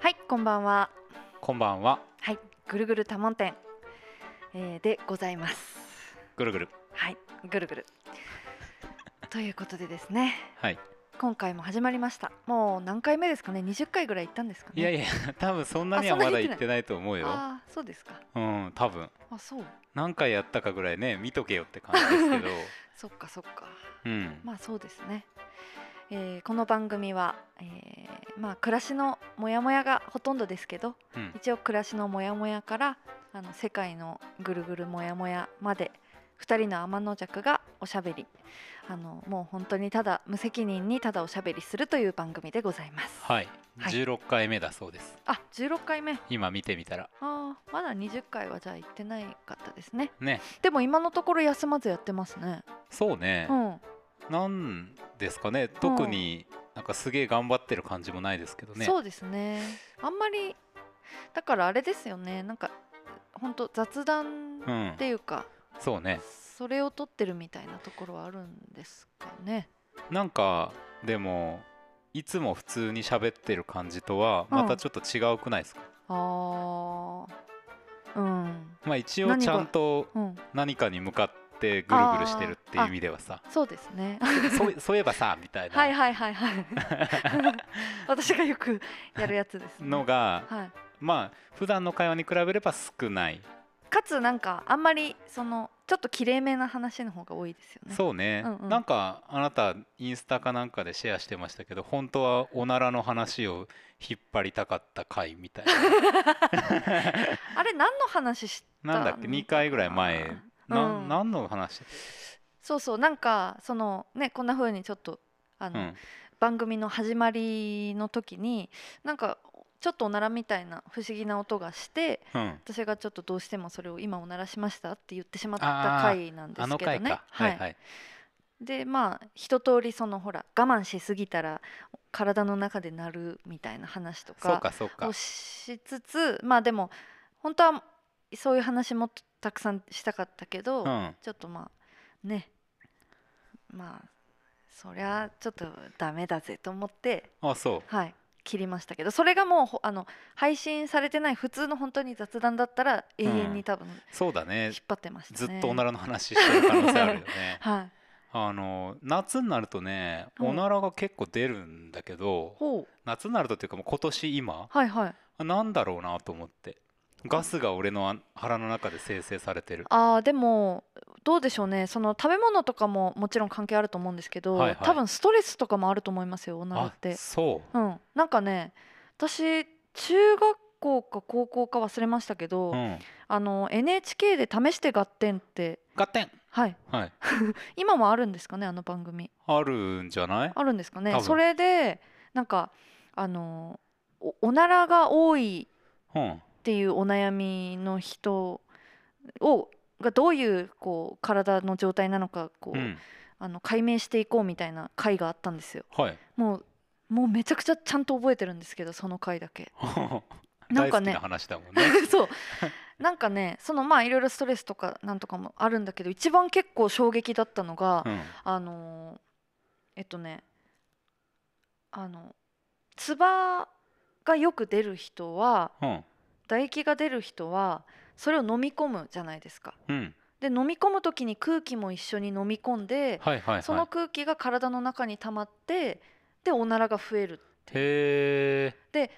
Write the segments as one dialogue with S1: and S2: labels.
S1: はいこんばんは
S2: こんばんは。
S1: はいぐるぐる多聞店、えーでございます
S2: ぐるぐる。
S1: はいぐる ぐるということでですね
S2: はい。
S1: 今回も始まりましたもう何回目ですかね20回ぐらい行ったんですかね
S2: いやい や、多分そんなには
S1: あそんな
S2: ま
S1: に
S2: だ
S1: 言
S2: 言
S1: っ
S2: っててないと思うよ。
S1: あーそうですか
S2: うん、多分。
S1: あそう
S2: 何回やったかぐらいね、見とけよって感じですけ ど。
S1: そっかそっか
S2: うん。
S1: まあそうですね、えーこの番組は、えーまあ暮らしのモヤモヤがほとんどですけど
S2: うん。
S1: 一応暮らしのモヤモヤからあの世界のぐるぐるモヤモヤまで2人の天の弱がおしゃべりあのもう本当にただ無責任にただおしゃべりするという番組でございます。
S2: はい。
S1: はい
S2: 16回目だそうです。
S1: あ16回目
S2: 今見てみたら。
S1: あーまだ20回はじゃあ行ってないかったですね
S2: ね。
S1: でも今のところ休まずやってますね
S2: そうね
S1: う。ん、
S2: なんですかね。特になんかすげえ頑張ってる感じもないですけどね。
S1: そうですねあんまりだからあれですよねなんか本当雑談
S2: う
S1: っ
S2: ん。
S1: ていうか、
S2: そうね。
S1: それを撮ってるみたいなところはあるんですかね
S2: なんかでもいつも普通に喋ってる感じとはまたちょっと違うくないですか、
S1: あーうん
S2: まあ一応ちゃんと
S1: うん
S2: 何かに向かってぐるぐるしてるっていう意味ではさ
S1: そうです ね
S2: そうそういえばさみたい
S1: はい
S2: な
S1: はいはいはい 私がよくやるやつです、ね、
S2: のが、
S1: はい、
S2: まあ普段の会話に比べれば少ない、
S1: かつなんかあんまりそのちょっときれいめな話の方が多いですよね
S2: そうね、
S1: うんうん
S2: なんかあなたインスタかなんかでシェアしてましたけど本当はおならの話を引っ張りたかった回みたい
S1: あれ何の話した
S2: ななんだっけ
S1: の
S2: 2回ぐらい前な、
S1: うん
S2: ん、何の話、
S1: そうそうなんかそのねこんな風にちょっとあ
S2: う
S1: の、
S2: ん、
S1: 番組の始まりの時になんかちょっとおならみたいな不思議な音がして
S2: うん、
S1: 私がちょっとどうしてもそれを今おならしましたって言ってしまっ
S2: あ
S1: た
S2: ー
S1: 回なんで
S2: あ
S1: す
S2: の
S1: けど
S2: 回
S1: ね
S2: か、。はいはい
S1: でまあ一通りそのほら我慢しすぎたら体の中で鳴るみたいな話と
S2: そう
S1: か
S2: かそうか
S1: をしつつまあでも本当はそういう話もたくさんしたかったけど、
S2: うん
S1: ちょっとまあねまあそりゃちょっとダメだぜと思って
S2: あそ
S1: はい切りましたけどそれがもうほあの配信されてない普通の本当に雑談だったら永遠に多分
S2: うそうだ
S1: 引
S2: ね
S1: っ張ってましたね、
S2: ずっとおならの話してる可能性あるよね
S1: はい
S2: あの夏になるとね
S1: うん
S2: おならが結構出るんだけど
S1: ほう
S2: 夏になるとっていうかもう今年今
S1: はいはい
S2: なんだろうなと思ってガスが俺のあ腹の中で生成されてる
S1: あーでもどうでしょうねその食べ物とかももちろん関係あると思うんですけど、
S2: はいはい
S1: 多分ストレスとかもあると思いますよおなら
S2: あ
S1: って
S2: そう
S1: うんなんかね私中学校か高校か忘れましたけど、
S2: うん
S1: あの NHK で試して合点って
S2: ガッテン
S1: はい
S2: はい
S1: 今もあるんですかねあの番組
S2: あるんじゃない
S1: あるんですか
S2: 多
S1: ね
S2: 分
S1: それでなんかあのおおならが多い
S2: うん
S1: っていうお悩みの人をがどういうこう体の状態なのかこ
S2: う
S1: う、
S2: ん
S1: あの解明していこうみたいな回があったんですよ
S2: はい
S1: もうもうめちゃくちゃちゃんと覚えてるんですけどその回だけな
S2: 大
S1: んか
S2: 好き
S1: ね
S2: な話だもんね
S1: そうなんかねそのまあいろいろストレスとかなんとかもあるんだけど一番結構衝撃だったのが、
S2: うん
S1: あのーえっとねあの唾がよく出る人は
S2: うん
S1: 唾液が出る人はそれを飲み込むじゃないですか。
S2: うん
S1: で飲み込む時に空気も一緒に飲み込んで、
S2: はいはい
S1: そ
S2: は
S1: の
S2: い
S1: 空気が体の中に溜まってでおならが増える
S2: へえ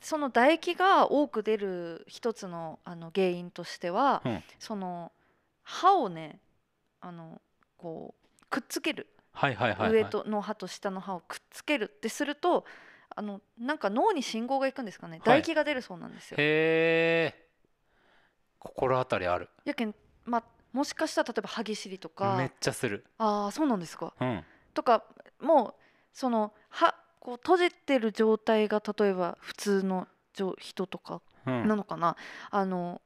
S1: その唾液が多く出る一つのあの原因としては、
S2: うん
S1: その歯をねあのこうくっつける
S2: はいはいはいはい
S1: 上との歯と下の歯をくっつけるってするとあのなんか脳に信号がいくんですかね唾液が出るそうなんですよ。
S2: へえ心当たりある
S1: やけん、ま、もしかしたら例えば歯ぎしりと
S2: め
S1: か
S2: っちゃする
S1: ああそうなんですか
S2: うん
S1: とかもうその歯こう閉じてる状態が例えば普通のじょ人とか
S2: うん
S1: なのかな、あの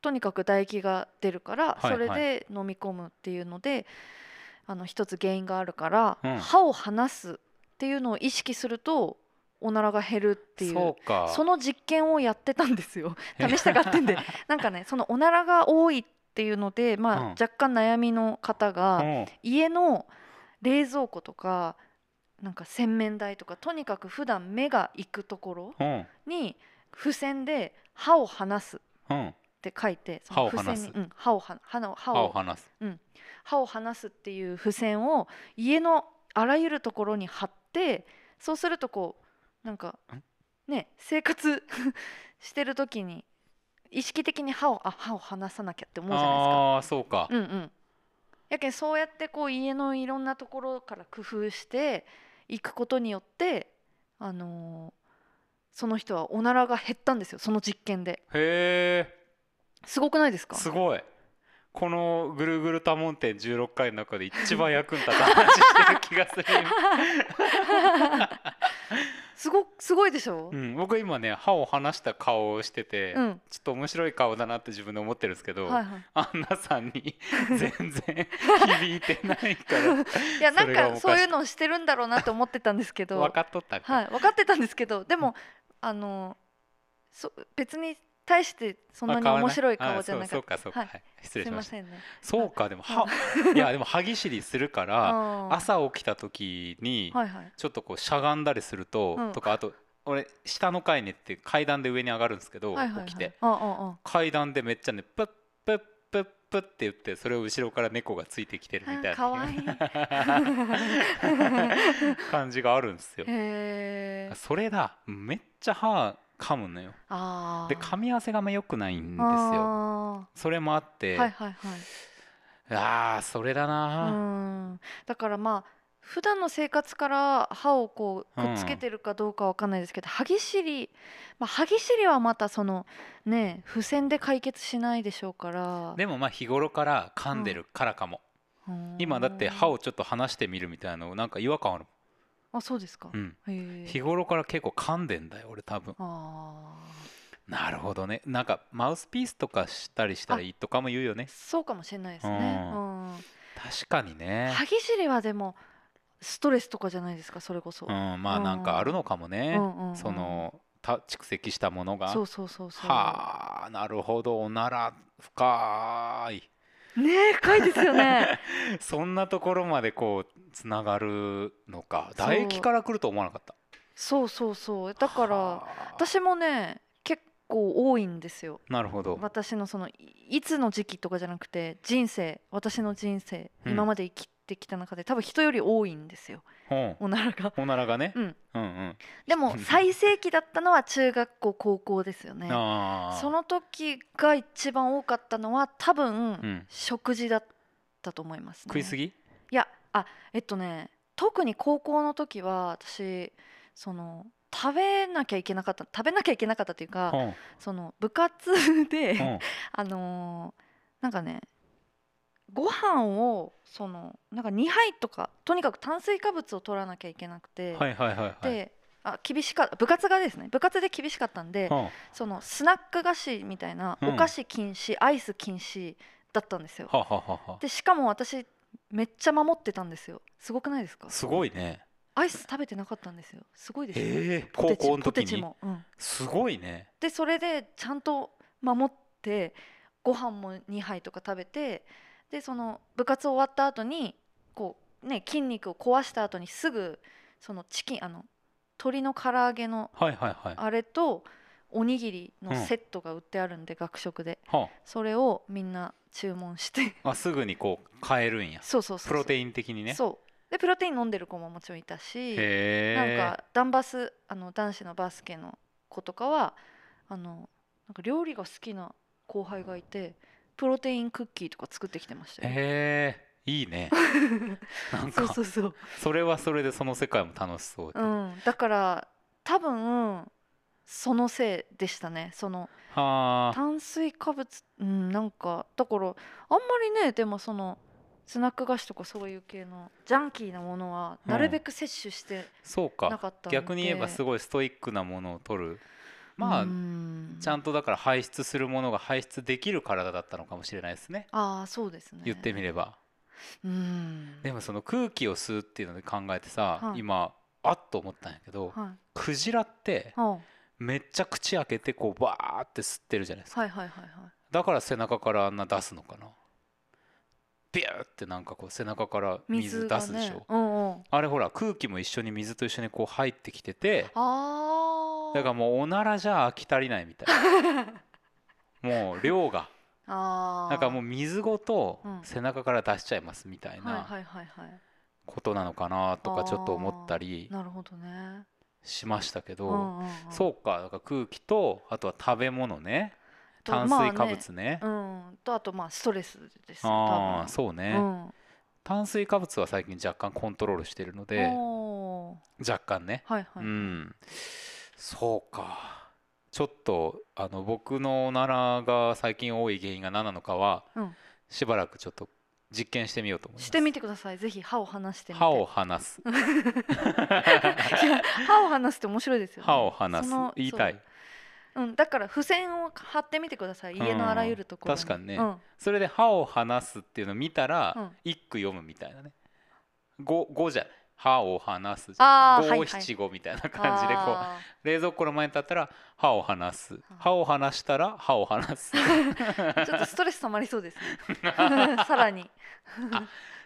S1: とにかく唾液が出るから
S2: はい
S1: それ
S2: は
S1: で飲み込むっていうので、あの一つ原因があるから、
S2: うん
S1: 歯を離すっていうのを意識するとおならが減るっていう
S2: そうか
S1: その実験をやってたんですよ
S2: へ
S1: 試したがってんでなんかねそのおならが多いっっていうので、まあ
S2: うん
S1: 若干悩みの方が、
S2: うん
S1: 家の冷蔵庫とかなんか洗面台とかとにかく普段目が行くところ
S2: うん
S1: に付箋で「歯を離す」っ
S2: うん
S1: て書いてその
S2: 歯を
S1: 付
S2: 離
S1: 箋
S2: す
S1: に、うん、歯をは歯の歯
S2: 歯を
S1: を
S2: 離す
S1: 歯を離すっていう付箋を家のあらゆるところに貼ってそうするとこうなんかね生活 してる時に意識的に歯をあ歯を離さなきゃって思うじゃないですか。
S2: ああーそうか
S1: うんうん、やけんそうやってこう家のいろんなところから工夫していくことによって、あのーその人はおならが減ったんですよその実験で
S2: へえ
S1: すごくないですか
S2: すごいこのぐるぐる多聞店16回の中で一番役に立った話してる気が する
S1: すごすごいでしょ、
S2: うん、僕今ね歯を離した顔をしてて、
S1: うん
S2: ちょっと面白い顔だなって自分で思ってるんですけど、
S1: はいはい、
S2: アンナさんに 全然響いてない か
S1: いやな
S2: そ
S1: ん
S2: れがお
S1: か
S2: かしい
S1: そういうのをしてるんだろうなと思ってたんですけ
S2: ら
S1: ど
S2: 分かっとったんか、
S1: はい、分かってたんですけどでもあのそ別に対してそんなに面白い
S2: あ変わ
S1: 顔じゃな
S2: らあそ
S1: か
S2: う
S1: っ
S2: そうかそうか、
S1: はい
S2: はい失
S1: たす
S2: 礼し
S1: い
S2: ま
S1: ま
S2: した
S1: せんね
S2: そうかでも歯いやでも歯ぎしりするから
S1: あ
S2: 朝起きた時に
S1: はいはい
S2: ちょっとこうしゃがんだりすると、
S1: うん
S2: とかあと俺下の階に行って階段で上に上がるんですけど、
S1: はいはいはい
S2: 起きて
S1: あああ
S2: 階段でめっちゃねプップップップッって言ってそれを後ろから猫がついてきてるみたいな
S1: あか わい
S2: 感じがあるんですよ。
S1: へえ。
S2: それだめっちゃ歯噛むのよ
S1: ああ。
S2: で噛み合わせがあんま良くないんですよ
S1: あ
S2: それもあって、
S1: ーはいはいはい。
S2: あーそれだ
S1: う
S2: な、
S1: ん。だからまあ普段の生活から歯をこう
S2: うん
S1: くっつけてるかどうかわかんないですけど、歯ぎしり、まあ歯ぎしりはまたそのね付箋で解決しないでしょうから。
S2: でもまあ日頃から噛んでるからかも、
S1: うん
S2: 今だって歯を。ちょっと離してみるみたいなのなんか違和感ある
S1: あそうですか。
S2: うん
S1: へえ。
S2: 日頃から結構噛んでんだよ俺多分
S1: あ
S2: なるほどねなんかマウスピースとかしたりしたらいいとかも言うよね
S1: あ。そうかもしれないですね。
S2: う
S1: うん。
S2: 確かにね
S1: 歯ぎしりはでもストレスとかじゃないですかそれこそ。
S2: うんまあなんかあるのかもね、
S1: うんうんうん
S2: そのた蓄積したものが
S1: そうそうそうそう。
S2: はあなるほどおなら深い
S1: ねえ深いですよね
S2: そんなところまでこうつながるのか
S1: そう
S2: 唾液から来ると思わなかった
S1: そうそうそうだから
S2: はあ
S1: 私もね結構多いんですよ
S2: なるほど
S1: 私のそのいいつの時期とかじゃなくて人生私の人生
S2: うん
S1: 今まで生きてきた中で多分人より多いんですよ
S2: うん
S1: おなら が
S2: おならがね、
S1: うん
S2: うんうん
S1: でも最盛期だったのは中学校高校ですよね
S2: ああ
S1: その時が一番多かったのは多分、
S2: うん
S1: 食事だったと思いますね
S2: 食いすぎ
S1: いやあえっとね特に高校の時は私その食べなきゃいけなかった食べなきゃいけなかったという
S2: う
S1: か
S2: ん
S1: その部活で、
S2: うん
S1: あのーなんかねご飯をそのなんか2杯とかとにかく炭水化物を取らなきゃいけなくて、
S2: はいはいはいはい
S1: であ厳しか部活がですね部活で厳しかったんで
S2: うん
S1: そのスナック菓子みたいな
S2: うん
S1: お菓子禁止、アイス禁止だったんですよ。
S2: はあはあはあは
S1: でしかも私めっちゃ守ってたんですよすごくないですか
S2: あすごいね
S1: アイス食べてなかったんですよすごいでしょ、
S2: ええ
S1: ポ
S2: 高
S1: テチ
S2: 校の
S1: ポテ
S2: 時
S1: チ
S2: に
S1: も、うん、
S2: すごいね
S1: でそれでちゃんと守ってご飯も2杯とか食べてでその部活終わった後にこうね筋肉を壊した後にすぐそのチキンあの鶏の唐揚げの
S2: はいはいはい
S1: あれとおにぎりの
S2: うん
S1: セットが売ってあるんで、学食で
S2: は
S1: それをみんな注文して
S2: ああすぐにこう変えるんや
S1: そうそうそうそう
S2: プロテイン的にね
S1: そうでプロテイン飲んでる子ももちろんいたしなん
S2: へえ
S1: かダンバスあの男子のバスケの子とかはあのなんか料理が好きな後輩がいてプロテインクッキーとか作ってきてましたよ。
S2: へえい いねなん
S1: そう
S2: か
S1: そうそう、
S2: それはそれでその世界も楽しそうで
S1: う
S2: は
S1: ん、だから多分そのせいでしたねその
S2: あ
S1: 炭水化物うんなんかだからあんまりねでもそのスナック菓子とかそういう系のジャンキーなものはなるべく摂取して
S2: そう
S1: な
S2: か
S1: かったんで、
S2: 逆に言えばすごいストイックなものを取るまあちゃん
S1: と
S2: とだから排出するものが排出できる体だったのかもしれないですね
S1: ああそうですね
S2: 言ってみれば
S1: うん
S2: でもその空気を吸うっていうので考えてさ
S1: はい
S2: 今あっと思ったんやけど
S1: はい
S2: クジラって
S1: あ
S2: めっちゃ口開けてこうバーって吸ってるじゃないですか
S1: はいはいはいはい
S2: だから背中からあんな出すのかなビューってなんかこう背中から水出すでしょ、
S1: 水がねうんうん、
S2: あれほら空気も一緒に水と一緒にこう入ってきてて
S1: あー
S2: だからもうおならじゃ飽き足りないみたい なもう量が
S1: あ
S2: なんかもう
S1: う
S2: 水ごと
S1: うん
S2: 背中から出しちゃいますみた
S1: は
S2: い
S1: い
S2: な
S1: はいはいはい
S2: ことなのかなとかちょっと思ったり
S1: なるほどね
S2: しましたけ
S1: うん
S2: ど
S1: うんうん
S2: そうかだから空気とあとは食べ物ね
S1: と
S2: 炭水化物ね
S1: まあねうん、とあとまあストレスですよ
S2: ああ
S1: 多
S2: そうね、
S1: 分うん
S2: 炭水化物は最近若干コントロールしてるので
S1: おー
S2: 若干ね
S1: はいは
S2: う
S1: い、
S2: んそうかちょっとあの僕のおならが最近多い原因が何なのかは
S1: うん
S2: しばらくちょっと実験してみようと思います
S1: してみてくださいぜひ歯を離してみて
S2: 歯を離す
S1: いや歯を離すって面白いですよね、
S2: 歯を離す
S1: その
S2: 言いたい
S1: そう、うん、だから付箋を貼ってみてください家のあらゆるところ
S2: 確かにね
S1: うん、
S2: それで歯を離すっていうのを見た
S1: う
S2: ら
S1: ん
S2: 一句読むみたいなね五五じゃない歯を離す
S1: あーはいは
S2: 五
S1: い
S2: 七五みたいな感じでこう冷蔵庫の前に立ったら歯を離す
S1: あ
S2: 歯を離したら歯を離す
S1: うちょっとストレス溜まりそう ですねさらに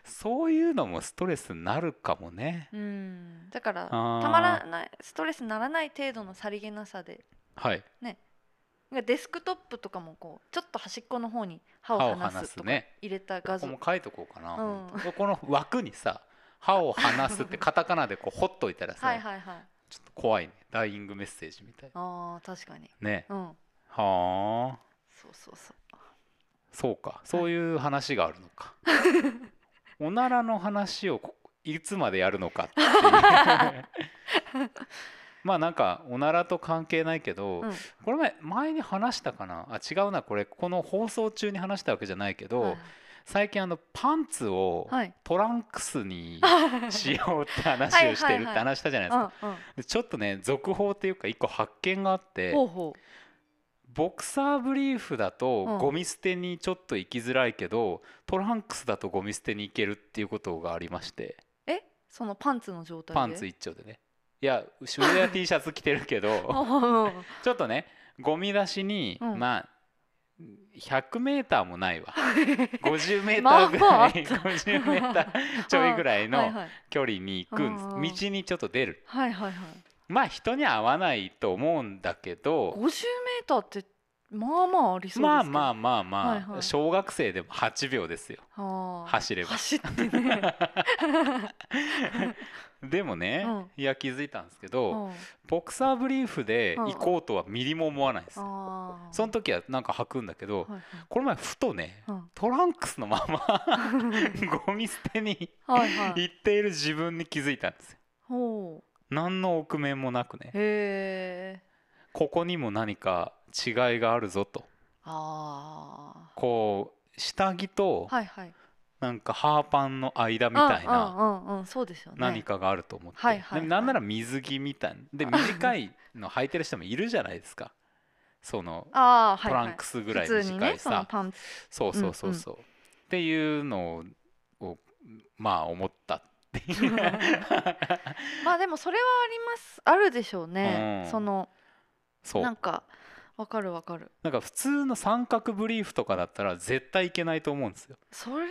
S2: そういうのもストレスになるかもね
S1: うんだからた
S2: あー
S1: まらないストレスにならない程度のさりげなさで
S2: はい
S1: なんかデスクトップとかもこうちょっと端っこの方に歯を
S2: 歯を
S1: 離
S2: 離
S1: す
S2: す
S1: とか入
S2: ね
S1: れた
S2: こ
S1: 画
S2: こ
S1: 像、
S2: も書いとこうかな、
S1: うん
S2: ほんとこの枠にさ歯を離すってカタカナでこうほっといたらさ
S1: はいはいはい
S2: ちょっと怖いねダイイングメッセージみたい
S1: あー確かに
S2: ね
S1: うん
S2: はあ
S1: そうそうそう
S2: そうかそういう話がある のかおならの話をこいつまでやるのかっていう まあなんかおならと関係ないけど、
S1: うん
S2: これ前前に話したかなあ違うなこれこの放送中に話したわけじゃないけど、
S1: はい
S2: 最近あのパンツを
S1: はい
S2: トランクスに
S1: はい
S2: しようって話をしてるって話したじゃないです
S1: う
S2: か、
S1: んうん
S2: でちょっとね続報っていうか一個発見があって
S1: ほうほう
S2: ボクサーブリーフだと
S1: うん
S2: ゴミ捨てにちょっと行きづらいけど、トランクスだとゴミ捨てに行けるっていうことがありまして
S1: えそのパンツの状態で
S2: パンツ一丁でねいや後ろや T シャツ着てるけ ど
S1: あ
S2: ちょっとねゴミ出しに、
S1: うん
S2: まあ100メーターもないわ
S1: ー
S2: 50メータ
S1: まあ
S2: ーぐ
S1: まああ
S2: ら
S1: った
S2: い50メーターちょいぐらい
S1: はい
S2: の
S1: はい
S2: 距離に行くんです
S1: うんうん
S2: 道にちょっと出る
S1: はいはいはい
S2: まあ人に合わないと思うんだけど
S1: 50メーターってまあまあありそうですけど
S2: まあまあまあまあ、
S1: はいはい
S2: 小学生でも8秒ですよ
S1: あー
S2: 走れば
S1: 走って ね
S2: でもね、
S1: うん
S2: いや気づいたんですけ
S1: う
S2: ど、
S1: ん
S2: ボクサーブリーフで行こうとはミリも思わないで す、
S1: あー
S2: その時はなんか履くんだけど、
S1: はい
S2: この前ふとね、
S1: はい
S2: トランクスのまま
S1: うん
S2: ゴミ捨てに
S1: はいはい
S2: 行っている自分に気づいたんですよ
S1: ほう
S2: 何の臆面もなくね
S1: へえ
S2: ここにも何か違いがあるぞと
S1: あ
S2: こう下着と
S1: ーはいはい
S2: なんかハーパンの間みたいな
S1: うんうんうんうんそうですよね
S2: 何かがあると思って、
S1: はいはいはい
S2: でなんなら水着みたいなで短いの履いてる人もいるじゃないですかその
S1: ああは
S2: ト
S1: いは
S2: ラ
S1: い
S2: ンクスぐらい
S1: 普通に
S2: 短
S1: ね
S2: い
S1: その
S2: さ
S1: パンツ
S2: そうそうそうそうっていうのをまあ思ったっていう
S1: まあでもそれはありますあるでしょうね、
S2: うん
S1: その
S2: そう
S1: なんかわかるわかる
S2: なんか普通の三角ブリーフとかだったら絶対いけないと思うんですよ
S1: それは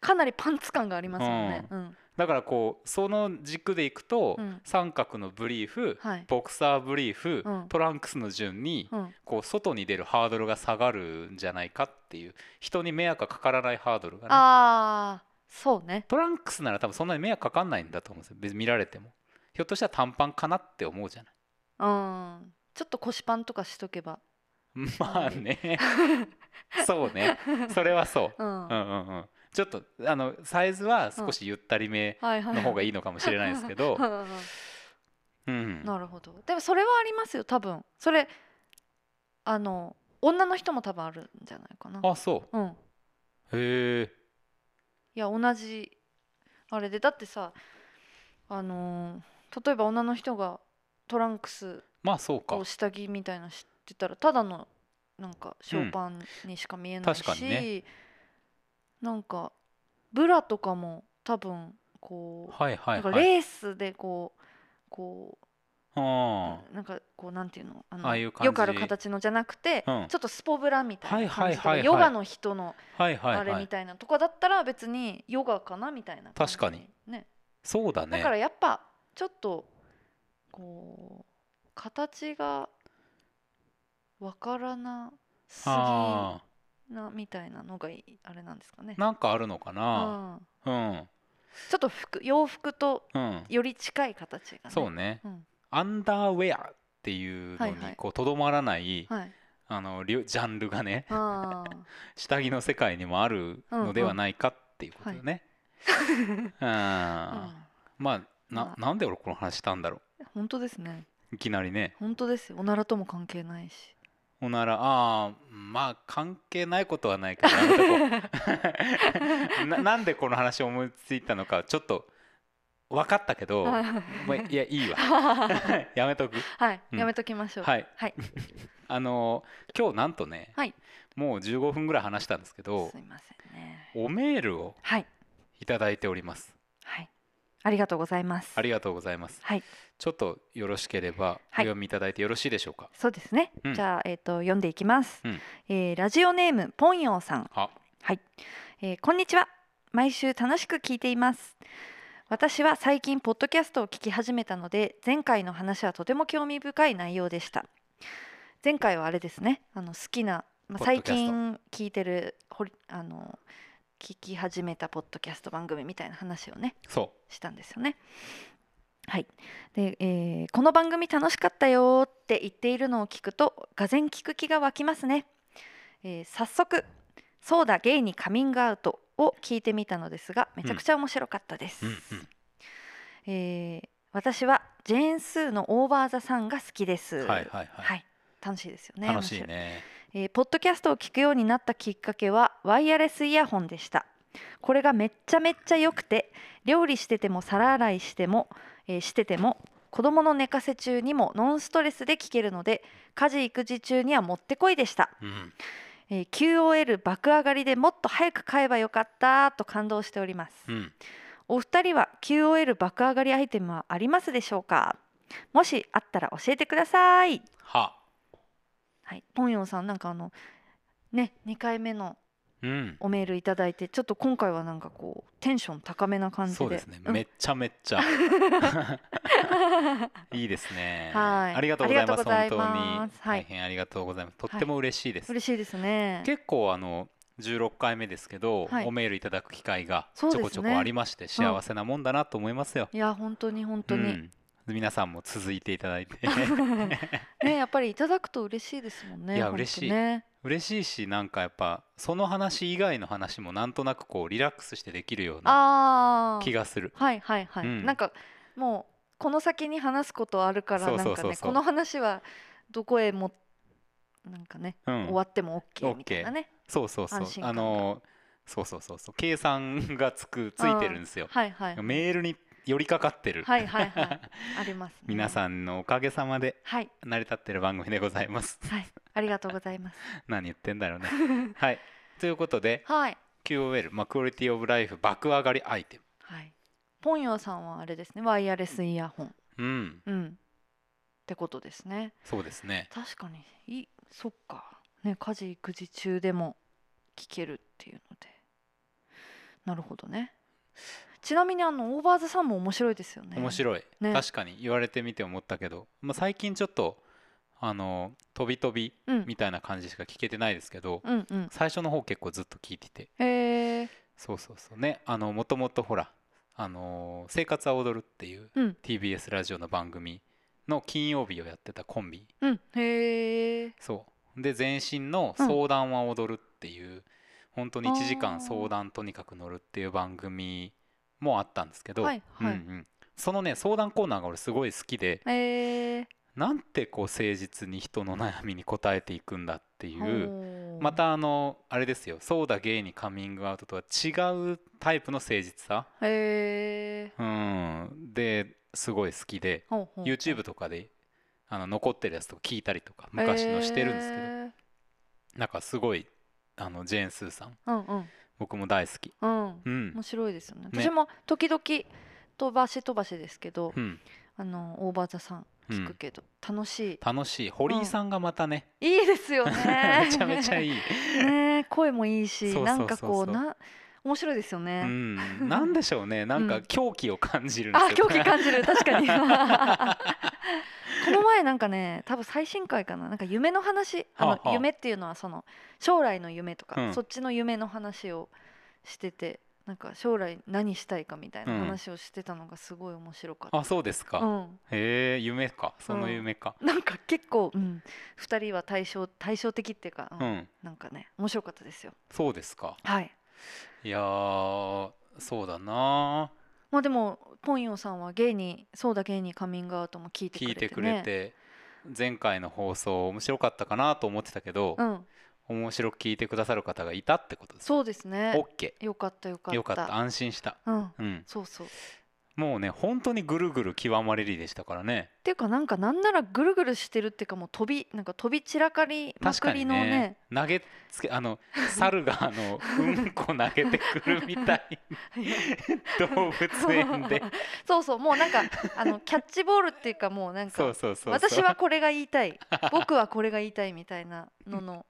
S1: かなりパンツ感がありますよね、うん
S2: だからこうその軸でいくと、
S1: うん
S2: 三角のブリーフ
S1: はい、
S2: ボクサーブリーフ、
S1: うん
S2: トランクスの順に
S1: うん、
S2: こう外に出るハードルが下がるんじゃないかっていう人に迷惑がかからないハードルがね
S1: ああそうね
S2: トランクスなら多分そんなに迷惑かかんないんだと思うんですよ別に見られてもひょっとしたら短パンかなって思うじゃない
S1: うんちょっと腰パンとかしとけば
S2: まあねそうねそれはそうう、
S1: ん、
S2: うんうんうん、ちょっとあのサイズは少しゆったりめ
S1: はいはい
S2: の方が
S1: いい
S2: いいのかもしれないですけど、うん、
S1: なるほどでもそれはありますよ多分それあの女の人も多分あるんじゃないかな
S2: あそ
S1: うん
S2: うへえ
S1: いや同じあれでだってさあのー例えば女の人がトランクス
S2: まあそうか
S1: を下着みたいなの知ってたらただのなんかショーパンにしか見えないし、
S2: 確かにね
S1: なんかブラとかも多分こう、
S2: はいは
S1: な
S2: い
S1: ん
S2: は
S1: か
S2: い
S1: レースでこうこう
S2: あ
S1: なんかこうなんていうのあの
S2: ああいう感じ
S1: よくある形のじゃなくて、
S2: うん
S1: ちょっとスポブラみたいな
S2: は
S1: 感
S2: い
S1: じと
S2: はい
S1: か
S2: はいはい
S1: ヨガの人の
S2: あはいはい
S1: あ
S2: はい、
S1: れみたいなとかだったら別にヨガかなみたいな感じ
S2: 確かに
S1: ね
S2: そうだ
S1: だ
S2: ね
S1: からやっぱちょっとこう形がわからなすぎ
S2: あ
S1: なみたいなのがいあれなんですかね
S2: ー。なんかあるのかな
S1: うん
S2: うん
S1: ちょっと服洋服と
S2: うん
S1: より近い形がね。
S2: そうね
S1: うん
S2: アンダーウェアっていうの
S1: はい
S2: に
S1: はい
S2: こうとどまらない、
S1: はい。
S2: あのりょジャンルがね
S1: あー
S2: 下着の世界にもあるのではないかっていうことよね。うんまあな
S1: まあ
S2: なんで俺この話したんだろ
S1: うん本当ですね。
S2: ういきなりね。
S1: 本当ですよ。おならとも関係ないし。
S2: おならああまあ関係ないことはないけどやめとこう ななんでこの話を思いついたのかちょっと分かったけど、
S1: はい
S2: まあ、いやいいわ やめとく
S1: はい。
S2: うん
S1: やめときましょう。
S2: はい
S1: はい。
S2: あの今日なんとね、
S1: はい
S2: もう15分ぐらい話したんですけど
S1: すいませんね。
S2: おメールを
S1: はい。
S2: いただいております
S1: はい。ありがとうございます。
S2: ありがとうございます
S1: はい。
S2: ちょっとよろしければお
S1: はい
S2: 読みいただいてよろしいでしょうか、
S1: そうですね。
S2: うん
S1: じゃあ、えっ、と、読んでいきます。
S2: うん
S1: えーラジオネームポンヨーさん。
S2: あ
S1: はい、えーこんにちは。毎週楽しく聞いています。私は最近ポッドキャストを聞き始めたので、前回の話はとても興味深い内容でした。前回はあれですね。あの好きな、まあ、
S2: ポッド
S1: 最
S2: キャスト
S1: 近聞いてるほりあの聞き始めたポッドキャスト番組みたいな話をね、
S2: そ
S1: したんですよね。はい、で、えーこの番組楽しかったよーって言っているのを聞くとがぜん聞く気が湧きますね。えー早速「そうだゲイにカミングアウト」を聞いてみたのですがめちゃくちゃ面白かったです。
S2: う、うんうん、
S1: えー私はジェーン・スーの「オーバー・ザ・サン」が好きです。
S2: はいはいはい
S1: はい楽しいですよね。
S2: 楽しい
S1: 面白
S2: ね
S1: えーポッドキャストを聞くようになったきっかけはワイヤレスイヤホンでしたこれがめっちゃめっちゃ良くて料理してても皿洗いしても、えーしてても子供の寝かせ中にもノンストレスで聞けるので家事育児中にはもってこいでした、
S2: うん
S1: えー QOL 爆上がりでもっと早く買えばよかったと感動しております、
S2: うん
S1: お二人は QOL 爆上がりアイテムはありますでしょうかもしあったら教えてください
S2: は
S1: はい、ポンヨンさんなんかあのね2回目の
S2: うん
S1: おメールいただいてちょっと今回はなんかこうテンション高めな感じで
S2: そうですね、
S1: ん
S2: めっちゃめっちゃ いいですね、
S1: はい
S2: ありがとうございます
S1: ありがとうござい
S2: 本
S1: ま
S2: 当に
S1: すはい
S2: 大変ありがとうございます、とっても嬉しいです、
S1: 嬉しいですね
S2: 結構あの16回目ですけど、
S1: はい
S2: おメールいただく機会がち
S1: そうです
S2: ょ
S1: ね
S2: こちょこありまして、幸せなもんだなと思いますよ、
S1: いや本当に本当
S2: う
S1: に、
S2: ん皆さんも続いていただいて
S1: ねやっぱりいただくと嬉しいですもんね
S2: いや
S1: 本当
S2: 嬉しい
S1: ね
S2: 嬉しいしなんかやっぱその話以外の話もなんとなくこうリラックスしてできるような
S1: ああ
S2: 気がする
S1: はいはいはい、
S2: うん
S1: なんかもうこの先に話すことあるから
S2: そう
S1: なん
S2: そう
S1: か
S2: そう
S1: ね
S2: そう
S1: この話はどこへもなんかね、
S2: うん
S1: 終わっても OK みたいなね
S2: そうそうそう
S1: 安心
S2: あ
S1: 感が
S2: のそうそうそうそう計算がつくついてるんですよ
S1: はいはい
S2: メールに寄りかかってる、
S1: はいはいはいあります、ね、
S2: 皆
S1: ん
S2: さんのおかげさまで
S1: はい
S2: 成り立ってる番組でございます
S1: はいありがとうございます
S2: 何言ってん だろうねはいということで
S1: はい
S2: QOL、まあ、クオリティオブライフ爆上がりアイテ
S1: はい。ポンヨさんはあれですね、ワイヤレスイヤホン。
S2: ムうん
S1: うん。ってことですね。
S2: そうですね
S1: 確かに、い、そっか。ね、家事育児中でも聞けるっていうので。なるほどね。ちなみにあのオーバーズさんも面白いですよね。
S2: 面
S1: い。
S2: 白い、
S1: ね
S2: 確かに言われてみて思ったけど、まあ、最近ちょっとあの飛び飛び
S1: うん。
S2: みたいな感じしか聞けてないですけど、
S1: うんうん。
S2: 最初の方結構ずっと聞いてて
S1: へえ。
S2: そうそうそうねあのもともとほら「あのー生活は踊る」っていう
S1: うん
S2: TBS ラジオの番組の金曜日をやってたコンビ
S1: うん。へえ。
S2: そうで前身の「
S1: うん
S2: 相談は踊る」っていう、本当に1時
S1: あー
S2: 間相談とにかく乗るっていう番組もあったんですけど、
S1: はいはい
S2: うんうん、そのね相談コーナーが俺すごい好きで
S1: へえ。
S2: なんてこう誠実に人の悩みに答えていくんだっていう。
S1: ほう
S2: ま。たあのあれですよそうだゲイにカミングアウトとは違うタイプの誠実さ
S1: へえ。
S2: うんですごい好きで
S1: ほうほう
S2: YouTube とかであの残ってるやつとか聞いたりとか昔のしてるんですけど、
S1: へー
S2: なんかすごいあのジェーン・スーさん
S1: うん
S2: 僕も大好き
S1: うん。うん。
S2: うん
S1: 面、白いですよね。
S2: ね
S1: 私も時々飛ばし飛ばしですけど、
S2: うん
S1: あのオーバーザさん、聞くけど、楽し
S2: 楽しい堀井さんがまたね、
S1: いいいですよね
S2: めちゃめちゃいい、
S1: ねえ声もいいし
S2: そうそうそうそう
S1: なんかこうな面白いですよ
S2: う
S1: ね、
S2: ん、なんでしょうねなん
S1: う
S2: か
S1: ん
S2: 狂気を感じるんで
S1: あ
S2: すよ
S1: 狂気感じる確かに この前なんかね多分最新回かななんか夢の話あの、
S2: はあはあ
S1: 夢っていうのはその将来の夢とか、
S2: うん
S1: そっちの夢の話をしててなんか将来何したいかみたいな話をしてたのがすごい面白かった、
S2: あそうですか、
S1: うん、
S2: へえ夢かその夢か
S1: なんか結構、うん、2人は対照対照的っていうか、う
S2: うんん、
S1: なんかね面白かったですよ
S2: そうですか
S1: はい
S2: いやーそうだな
S1: まあでもポンヨンさんはゲイにそうだゲイにカミングアウトも聞いてく
S2: 聞
S1: れ
S2: い
S1: て、ね、
S2: てくれて前回の放送面白かったかなと思ってたけど、
S1: うん
S2: 面白く聞いてくださる方がいたってことです
S1: そうですね
S2: OK
S1: よかったよかった
S2: よかった安心した
S1: うん
S2: うん
S1: そうそうっ
S2: もうね本当にぐるぐる極まれりでしたからね
S1: ていうかなんかなんならぐるぐるしてるっていうかもう飛びなんか飛び散らかりま
S2: 確
S1: く
S2: か
S1: り
S2: に
S1: の
S2: ね
S1: ね
S2: 投げつけあの猿があのうんこ投げてくるみたい 動物園で
S1: そうそうもうなんか あのキャッチボールっていうかもうなんか
S2: そうそうそうそう
S1: 私はこれが言いたい僕はこれが言いたいみたいなのの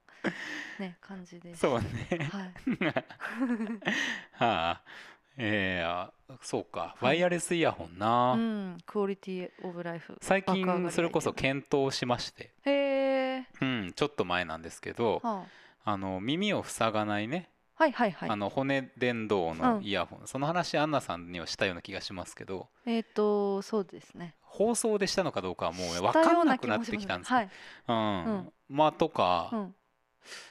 S1: ね感じです
S2: そうね
S1: はい
S2: はあえー、あそうかワイヤレスイヤホンな、
S1: うん、クオリティオブライフ
S2: 最
S1: 爆上がりだけ
S2: 近
S1: ど
S2: それこそ検討しまして、
S1: へえ、
S2: うん、ちょっと前なんですけど
S1: は
S2: あの耳を塞がないね、
S1: あ、はいはいはい
S2: あの骨伝導
S1: う
S2: の
S1: ん
S2: イヤホン、その話アンナさんにはしたような気がしますけど
S1: えっ、とそうですね
S2: 放送でしたのかどうかはもう分
S1: したよ
S2: かん
S1: う
S2: な
S1: 気
S2: くな
S1: も
S2: っ
S1: して
S2: きたんです
S1: ま
S2: よ
S1: はい、
S2: うん
S1: うん
S2: まあとか、
S1: うん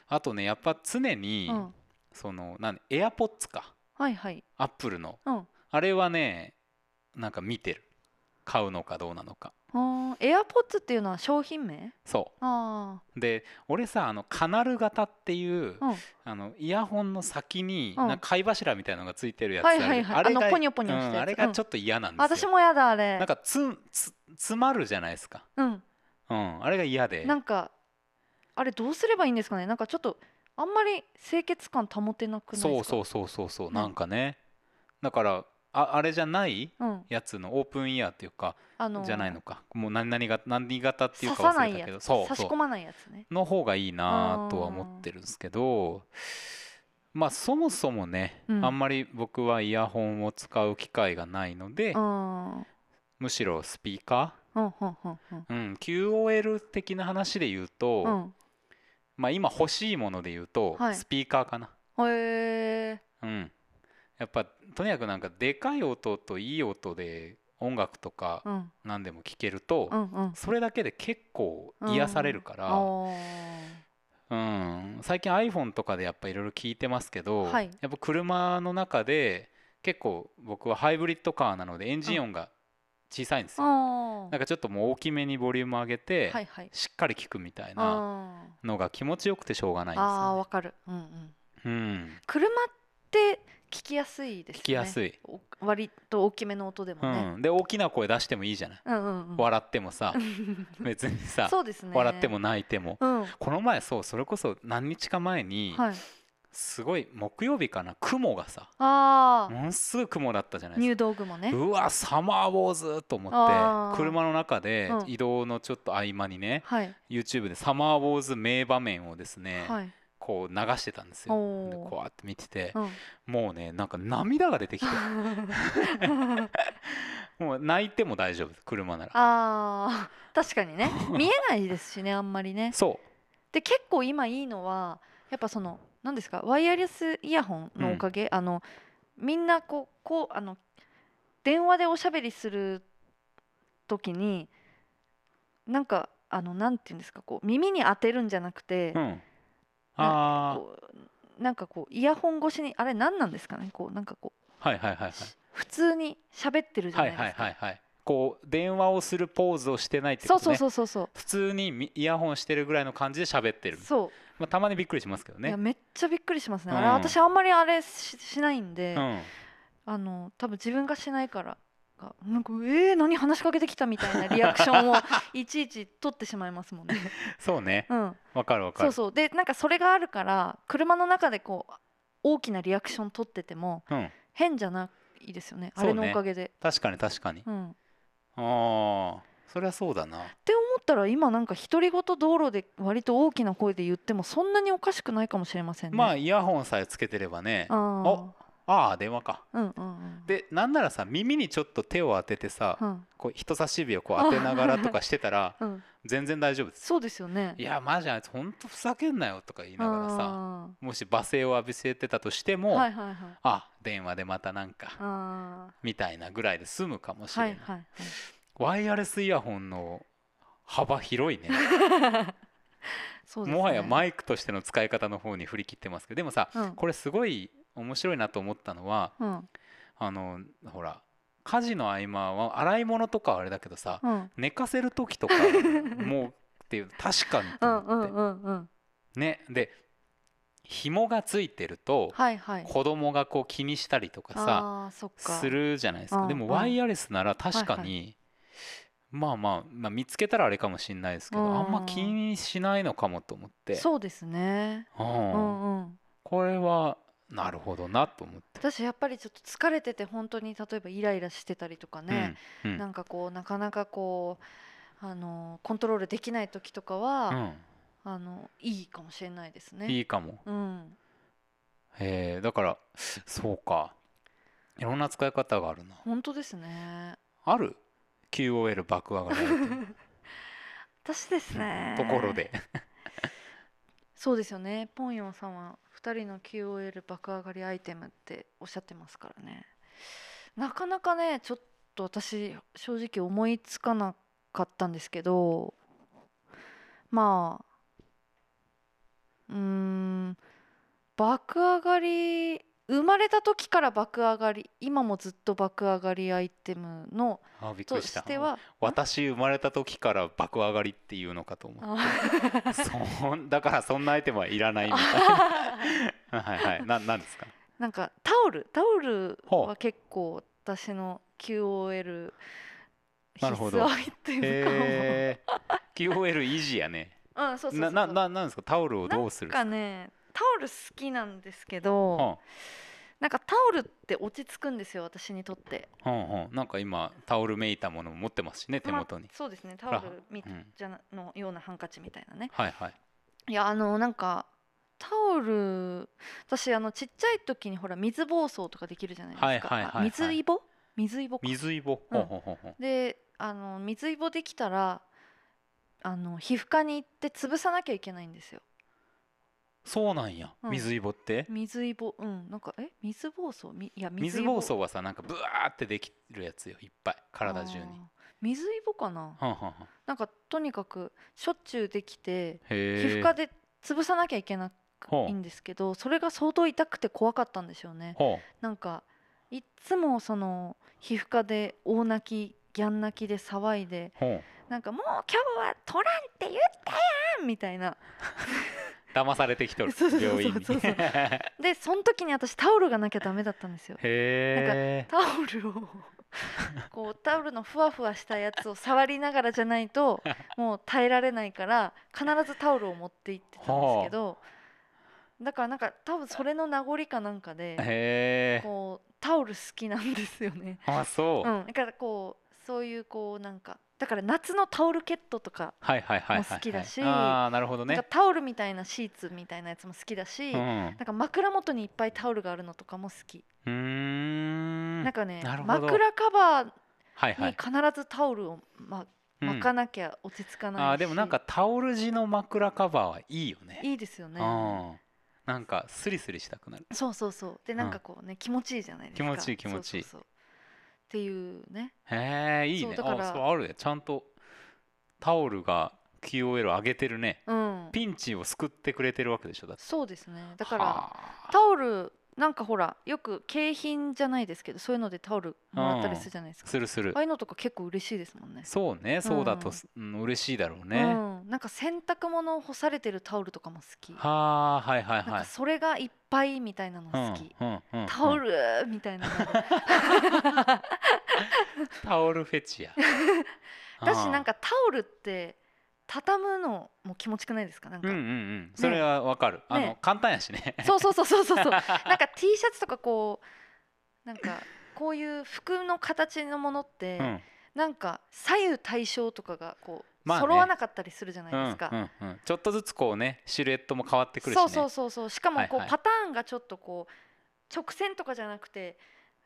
S2: あとねやっぱ常に、
S1: うん、
S2: そのなんエアポッツか
S1: はいはい
S2: アップルの
S1: うん
S2: あれはねなんか見てる買うのかどうなのか
S1: あエアポッツっていうのは商品名
S2: そ
S1: あ
S2: うで俺さあのカナル型っていう、
S1: あ、うん、
S2: あのイヤホンの先に、
S1: うん
S2: なんか貝柱みたいのがついてるやつ
S1: は
S2: あ
S1: い
S2: る、
S1: はいはい
S2: あれ
S1: あ
S2: が
S1: のポニョポニョしたやつ
S2: うんあれがちょっと嫌なんですよ、
S1: 私もやだあれ
S2: なんかつんつ詰まるじゃないですか、
S1: うん
S2: うん、あれが嫌で
S1: なんかあれどうすればいいんですかねなんかちょっとあんまり清潔感保てなくない
S2: そ
S1: で
S2: う
S1: すか
S2: そうそうそうそうなんかねだからああれじゃない
S1: うん
S2: やつのオープンイヤーっていうか、
S1: あのー
S2: じゃないのかもう何々が何型っていう
S1: 刺
S2: か
S1: さな
S2: 忘
S1: い
S2: れた
S1: や
S2: けど
S1: つ
S2: そう
S1: 差し
S2: そ
S1: 込まないやつね
S2: うの方がいいなとは思ってるんですけどまあそもそもね、
S1: うん
S2: あんまり僕はイヤホンを使う機会がないので、
S1: うん
S2: むしろスピーカ
S1: うんうんうんうん
S2: ー、うん、QOL 的な話で言うと、
S1: うん
S2: まあ、今欲しいもので言うと
S1: はい
S2: スピーカーかな、
S1: へえ
S2: うん、やっぱとにかくなんかでかい音といい音で音楽とか
S1: うん
S2: 何でも聴けると、
S1: うんうん
S2: それだけで結構癒されるか
S1: あ
S2: ら、うん最近 iPhone とかでやっぱいろいろ聞いてますけど、
S1: はい
S2: やっぱ車の中で結構僕はハイブリッドカーなのでエンジン音が小さいんです
S1: ー
S2: よ、
S1: あ
S2: なんかちょっともう大きめにボリューム上げて、
S1: はいはい
S2: しっかり聞くみたいな
S1: あ
S2: のが気持ちよくてしょうがないんです
S1: あー
S2: よ、ね
S1: わかるうんうん
S2: うん、
S1: 車って聞きやすいですね
S2: 聞きやすい、
S1: お割と大きめの音でも
S2: う
S1: ね
S2: ん、で大きな声出してもいいじゃない、
S1: うんうんうん
S2: 笑ってもさ別にさ、
S1: そうですね
S2: 笑っても泣いても、
S1: うん
S2: この前そうそれこそ何日か前に、
S1: はい
S2: すごい木曜日かな雲がさ
S1: ああ
S2: ものすごい雲だったじゃないで
S1: 入
S2: すか
S1: 道雲ね
S2: うわサマーウォーズと思
S1: あー
S2: って車の中で
S1: うん
S2: 移動のちょっと合間にね、
S1: はい、
S2: YouTube でサマーウォーズ名場面をですね、
S1: はい、
S2: こう流してたんですよ
S1: おー
S2: でこうやって見てて
S1: う、 ん、
S2: もうねなんか涙が出てきてもう泣いても大丈夫です車なら
S1: あー確かにね見えないですしねあんまりね
S2: そ
S1: で結構今いいのはやっぱその何ですかワイヤレスイヤホンのおかげ、あのみんなこうこうあの電話でおしゃべりする時になんかあのなんていうんですかこう耳に当てるんじゃなくて
S2: う、う、ん、あ
S1: こうなんかこうイヤホン越しにあれ何なんですかねこうなんか こ、
S2: あはいはいはいう
S1: し普通に喋ってるじゃ
S2: は
S1: ない
S2: い
S1: ですか。
S2: はいはいはいこう電話をするポーズをしてないって
S1: そ
S2: こ
S1: う
S2: と
S1: そう
S2: ね
S1: そうそうそう。
S2: 普通にみイヤホンしてるぐらいの感じで喋ってる、
S1: そう
S2: まあ、たまにびっくりしますけど
S1: いや
S2: ね
S1: めっちゃびっくりしますね、あれ
S2: うん
S1: 私あんまりあれししないんで、
S2: うん
S1: あの多分自分がしないからかなんかえー、何話しかけてきたみたいなリアクションをいちいち取ってしまいます もんね。
S2: そうね
S1: うん、
S2: わかるわか
S1: そう
S2: る
S1: そうでなんかそれがあるから車の中でこう大きなリアクション取ってても
S2: うん
S1: 変じゃないですよねあ
S2: そうね
S1: れのおかげで。
S2: 確かに確かに、
S1: うん、
S2: ああそりゃそうだな
S1: って思ったら今なんか独り言道路で割と大きな声で言ってもそんなにおかしくないかもしれませんね。
S2: まあイヤホンさえつけてればね
S1: あー
S2: おああ電話か
S1: うんうんうん、
S2: でなんならさ耳にちょっと手を当ててさ
S1: うん
S2: こう人差し指をこう当てながらとかしてたら
S1: うん、
S2: 全然大丈夫です
S1: そうですよね。
S2: いやマジあいつほんとふざけんなよとか言いながらさ
S1: あ
S2: もし罵声を浴びせてたとして
S1: ー
S2: も、
S1: はいはいはい。
S2: あ電話でまたなんか
S1: あ
S2: みたいなぐらいで済むかもし
S1: ーは
S2: れな
S1: い
S2: い、
S1: はい
S2: ワイヤレスイヤホンの幅広い ね
S1: はい。そうですね
S2: もはやマイクとしての使い方の方に振り切ってますけどでもさ
S1: うん
S2: これすごい面白いなと思ったのは
S1: うん
S2: あのほら家事の合間は洗い物とかはあれだけどさ、
S1: うん
S2: 寝かせる 時とかもうっていう確かに
S1: う
S2: と
S1: んう
S2: 思って、
S1: んうんうん。
S2: ねで紐がついてると
S1: はいはい。
S2: 子供がこう気にしたりとかさ
S1: あーそっか
S2: するじゃないですかで
S1: う
S2: も
S1: んうん
S2: ワイヤレスなら確か
S1: はい
S2: にまあまあまあ見つけたらあれかもしれないですけど
S1: うん
S2: あんま気にしないのかもと思って
S1: そうですね。
S2: う
S1: うんんうん。
S2: これはなるほどなと思って
S1: 私やっぱりちょっと疲れてて本当に例えばイライラしてたりとかね、
S2: うんうん
S1: なんかこうなかなかこうあのコントロールできない時とかは、あのいいかもしれないです
S2: う
S1: ね。
S2: んいいかも
S1: うん、
S2: へえだからそうかいろんな使い方があるな
S1: 本当ですね。
S2: ある QOL 爆上がりアイテム
S1: 私ですね。
S2: とこ ろで。
S1: そうですよね。ポンヨンさんは2人の QOL 爆上がりアイテムっておっしゃってますからね。なかなかね、ちょっと私正直思いつかなかったんですけど、まあ、うーん、爆上がり生まれた時から爆上がり、今もずっと爆上がりアイテムの
S2: あびっく
S1: と
S2: りし
S1: したて は、
S2: 私生まれた時から爆上がりっていうのかと思うそんだからそんなアイテムはいらないみたいなはいはいなな んですか
S1: なんかタオルタオル
S2: ほう
S1: は結構私の QOL 必
S2: なるほど
S1: 須アイテムかも、
S2: へえ QOL 維持やね
S1: うんそうそうそ
S2: な
S1: う
S2: なななんですかタオルをどうす
S1: なん
S2: るんですか
S1: かねタオル好きなんですけど、
S2: は
S1: なんかタオルって落ち着くんですよ私にとって
S2: あはあはあなんか今タオルめいたものも持ってますしね手元に
S1: まあ、そうですねタオ
S2: ら
S1: ルみ
S2: うん
S1: じゃなのようなハンカチみたいなね
S2: はいはい
S1: いやあのなんかタオル私あのちっちゃい時にほら水暴走とかできるじゃないですか、
S2: はいはいはいはい
S1: あ水イボ水イボか
S2: 水イボ
S1: うん
S2: ほうほうほうほう
S1: であの水イボできたらあの皮膚科に行って潰さなきゃいけないんですよ
S2: そうなんや
S1: うん
S2: 水イボって
S1: 水イボうんなんかえ水暴走みいや水
S2: 水
S1: イボ
S2: 暴走はさなんかブワーってできるやつよいっぱい体中に
S1: あー水イボかな
S2: はあはあはあ
S1: なんかとにかくしょっちゅうできて皮
S2: へえ
S1: 膚科で潰さなきゃいけなく
S2: ほう
S1: いいんですけどそれが相当痛くて怖かったんですよね
S2: ほう
S1: なんかいっつもその皮膚科で大泣きギャン泣きで騒いで
S2: ほう
S1: なんかもう今日は取らんって言ったやんみたいな
S2: 騙されてきとる
S1: そうそうそうそう
S2: 病院に
S1: そうそう
S2: へ
S1: でその時に私タオルがなきゃダメだったん ですよ
S2: え
S1: タオルを こうタオルのふわふわしたやつを触りながらじゃない ともう耐えられないから必ずタオルを持って行ってたんですけどだからなんか多分それの名残かなんかで
S2: へえ
S1: こうタオル好きなんですよね。
S2: あそう、
S1: うん、だからこうそういうこうなんかだから夏のタオルケットとか,、
S2: はいはいはいはい、はい、
S1: も好きだし
S2: ああなるほど
S1: なん
S2: ね
S1: かタオルみたいなシーツみたいなやつも好きだし、
S2: うん
S1: なん
S2: う
S1: か枕元にいっぱいタオルがあるのとかも好き。
S2: ーん
S1: なんかね
S2: なるほど
S1: 枕カバー
S2: はいは
S1: に
S2: い、
S1: 必ずタオルを、ま、
S2: うん
S1: 巻かなきゃ落ち着かないし、
S2: あーでもなんかタオル地の枕カバーはいいよね
S1: いいですよね
S2: うんなんかスリスリしたくなる
S1: そうそうそうでなんかこうね、気持ちいいじゃないですか
S2: 気持ちいい気持ちいい
S1: そうそうそうっていうね
S2: へえいいね
S1: そうだから
S2: あそうあるねちゃんとタオルが QOL 上げてるね
S1: うん
S2: ピンチを救ってくれてるわけでしょだって
S1: そうですねだから
S2: はあ
S1: タオルなんかほらよく景品じゃないですけどそういうのでタオルもらったりするじゃないですか、
S2: するする
S1: ああいうのとか結構嬉しいですもんね
S2: そうねそうだとす、うん嬉しいだろうね、は
S1: うん、なんか洗濯物を干されてるタオルとかも好き
S2: あはいはい
S1: なん
S2: は
S1: か
S2: い
S1: それがいっぱいみたいなの好き、
S2: うんうんうんうん
S1: タオルみたいなのが
S2: タオルフ ェチや
S1: だしなん
S2: か
S1: かタオルって畳むのも気持ちくないですかなん
S2: う
S1: か、
S2: んうんうんそれはわかる、あの
S1: ね
S2: 簡単やしね
S1: そうそうそうそうそうそう なんか T シャツとかこうなんかこういう服の形のものって、
S2: うん
S1: なんか左右対称とかがこう、
S2: まあね
S1: 揃わなかったりするじゃない
S2: うん
S1: ですか。
S2: うんうん、ちょっとずつこうねシルエットも変わってくるし
S1: そう
S2: ね
S1: そうそうそうしかもこう、
S2: はいはい
S1: パターンがちょっとこう直線とかじゃなくて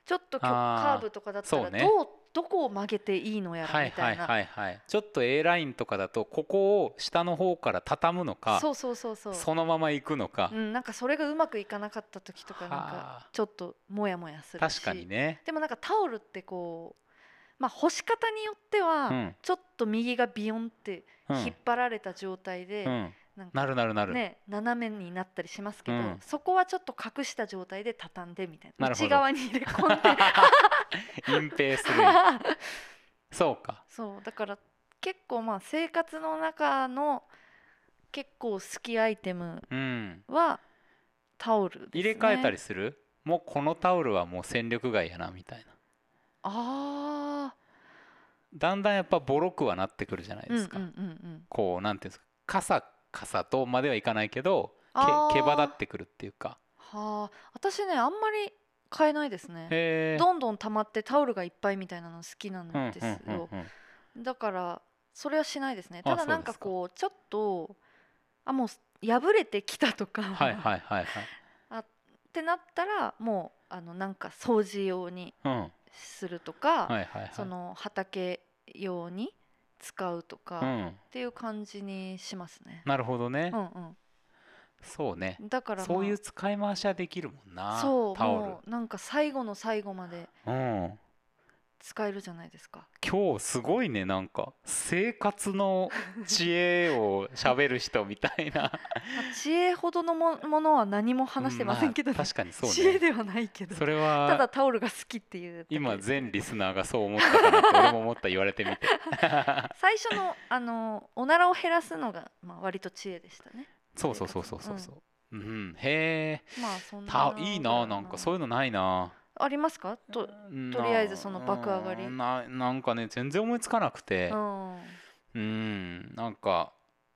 S1: ちょっときょ
S2: あー
S1: カーブとかだった
S2: そ
S1: ら
S2: う
S1: ど
S2: ね
S1: うどこを曲げていいのやら
S2: はい
S1: みた
S2: はいい
S1: な、
S2: はいはいちょっと A ラインとかだとここを下の方から畳むのか
S1: そうそうそうそう
S2: そのまま行くのか、
S1: うん、なんかそれがうまくいかなかった時とかなん
S2: は
S1: か
S2: あ
S1: ちょっとモヤモヤするし
S2: 確かにね、
S1: でもなんかタオルってこうまあ干し方によっては、
S2: うん
S1: ちょっと右がビヨンって
S2: うん
S1: 引っ張られた状態で、
S2: うん、
S1: なんか
S2: なるなるなる、
S1: ね、斜めになったりしますけど、
S2: うん
S1: そこはちょっと隠した状態で畳んでみたいな
S2: なるほど
S1: 内側に入れ込んで
S2: 隠蔽す るそうか
S1: そうだから結構まあ生活の中の結構好きアイテム
S2: うん
S1: はタオルです、ね、
S2: 入れ替えたりするもうこのタオルはもう戦力外やなみたいな
S1: あ
S2: だんだんやっぱボロくはなってくるじゃない
S1: ー
S2: ですか、
S1: うんうんうんうん
S2: こうなんていうんですかカサカサとまではいかないけどけ
S1: あー
S2: 毛羽立ってくるっていうか
S1: はあ私ねあんまり買えないですね
S2: へえ
S1: どんどん溜まってタオルがいっぱいみたいなの好きなん
S2: うんうん
S1: ですよ、
S2: うんうん
S1: だからそれはしないですね
S2: あ
S1: ただなんかこうちょっとあもう破れてきたとか、
S2: はい
S1: っ
S2: はいはいはい
S1: てなったらもうあのなんか掃除用に
S2: うん
S1: するとか、
S2: はいはいはい
S1: その畑用に使うとか、
S2: う
S1: っ
S2: ん
S1: ていう感じにしますね。
S2: なるほどね、
S1: うん
S2: そうね
S1: うん、だから、まあ、
S2: そういう使い回しはできるもんな
S1: そう
S2: タオル
S1: もうなんか最後の最後まで
S2: うん
S1: 使えるじゃないですか。
S2: 今日すごいねなんか生活の知恵を喋る人みたいな
S1: まあ知恵ほどのもものは何も 話してませんけど、ね
S2: まあ確かにそう
S1: 知恵
S2: ね
S1: ではないけど
S2: それ
S1: ただ
S2: は
S1: タオルが好きっていうだけ
S2: 今全リスナーがそう思ったかなって俺も思った言われて みて
S1: 最初のあのおならを減らすのが、まあ、割と知恵でしたね
S2: そうそうそうそうそうそううん、へえ
S1: まあそんな
S2: たいいななんかそう
S1: う
S2: いうのないな
S1: ありますかと、
S2: と
S1: とりあえずその爆上がり
S2: ななんかね全然思いつかなくて
S1: うん、
S2: うんなんか、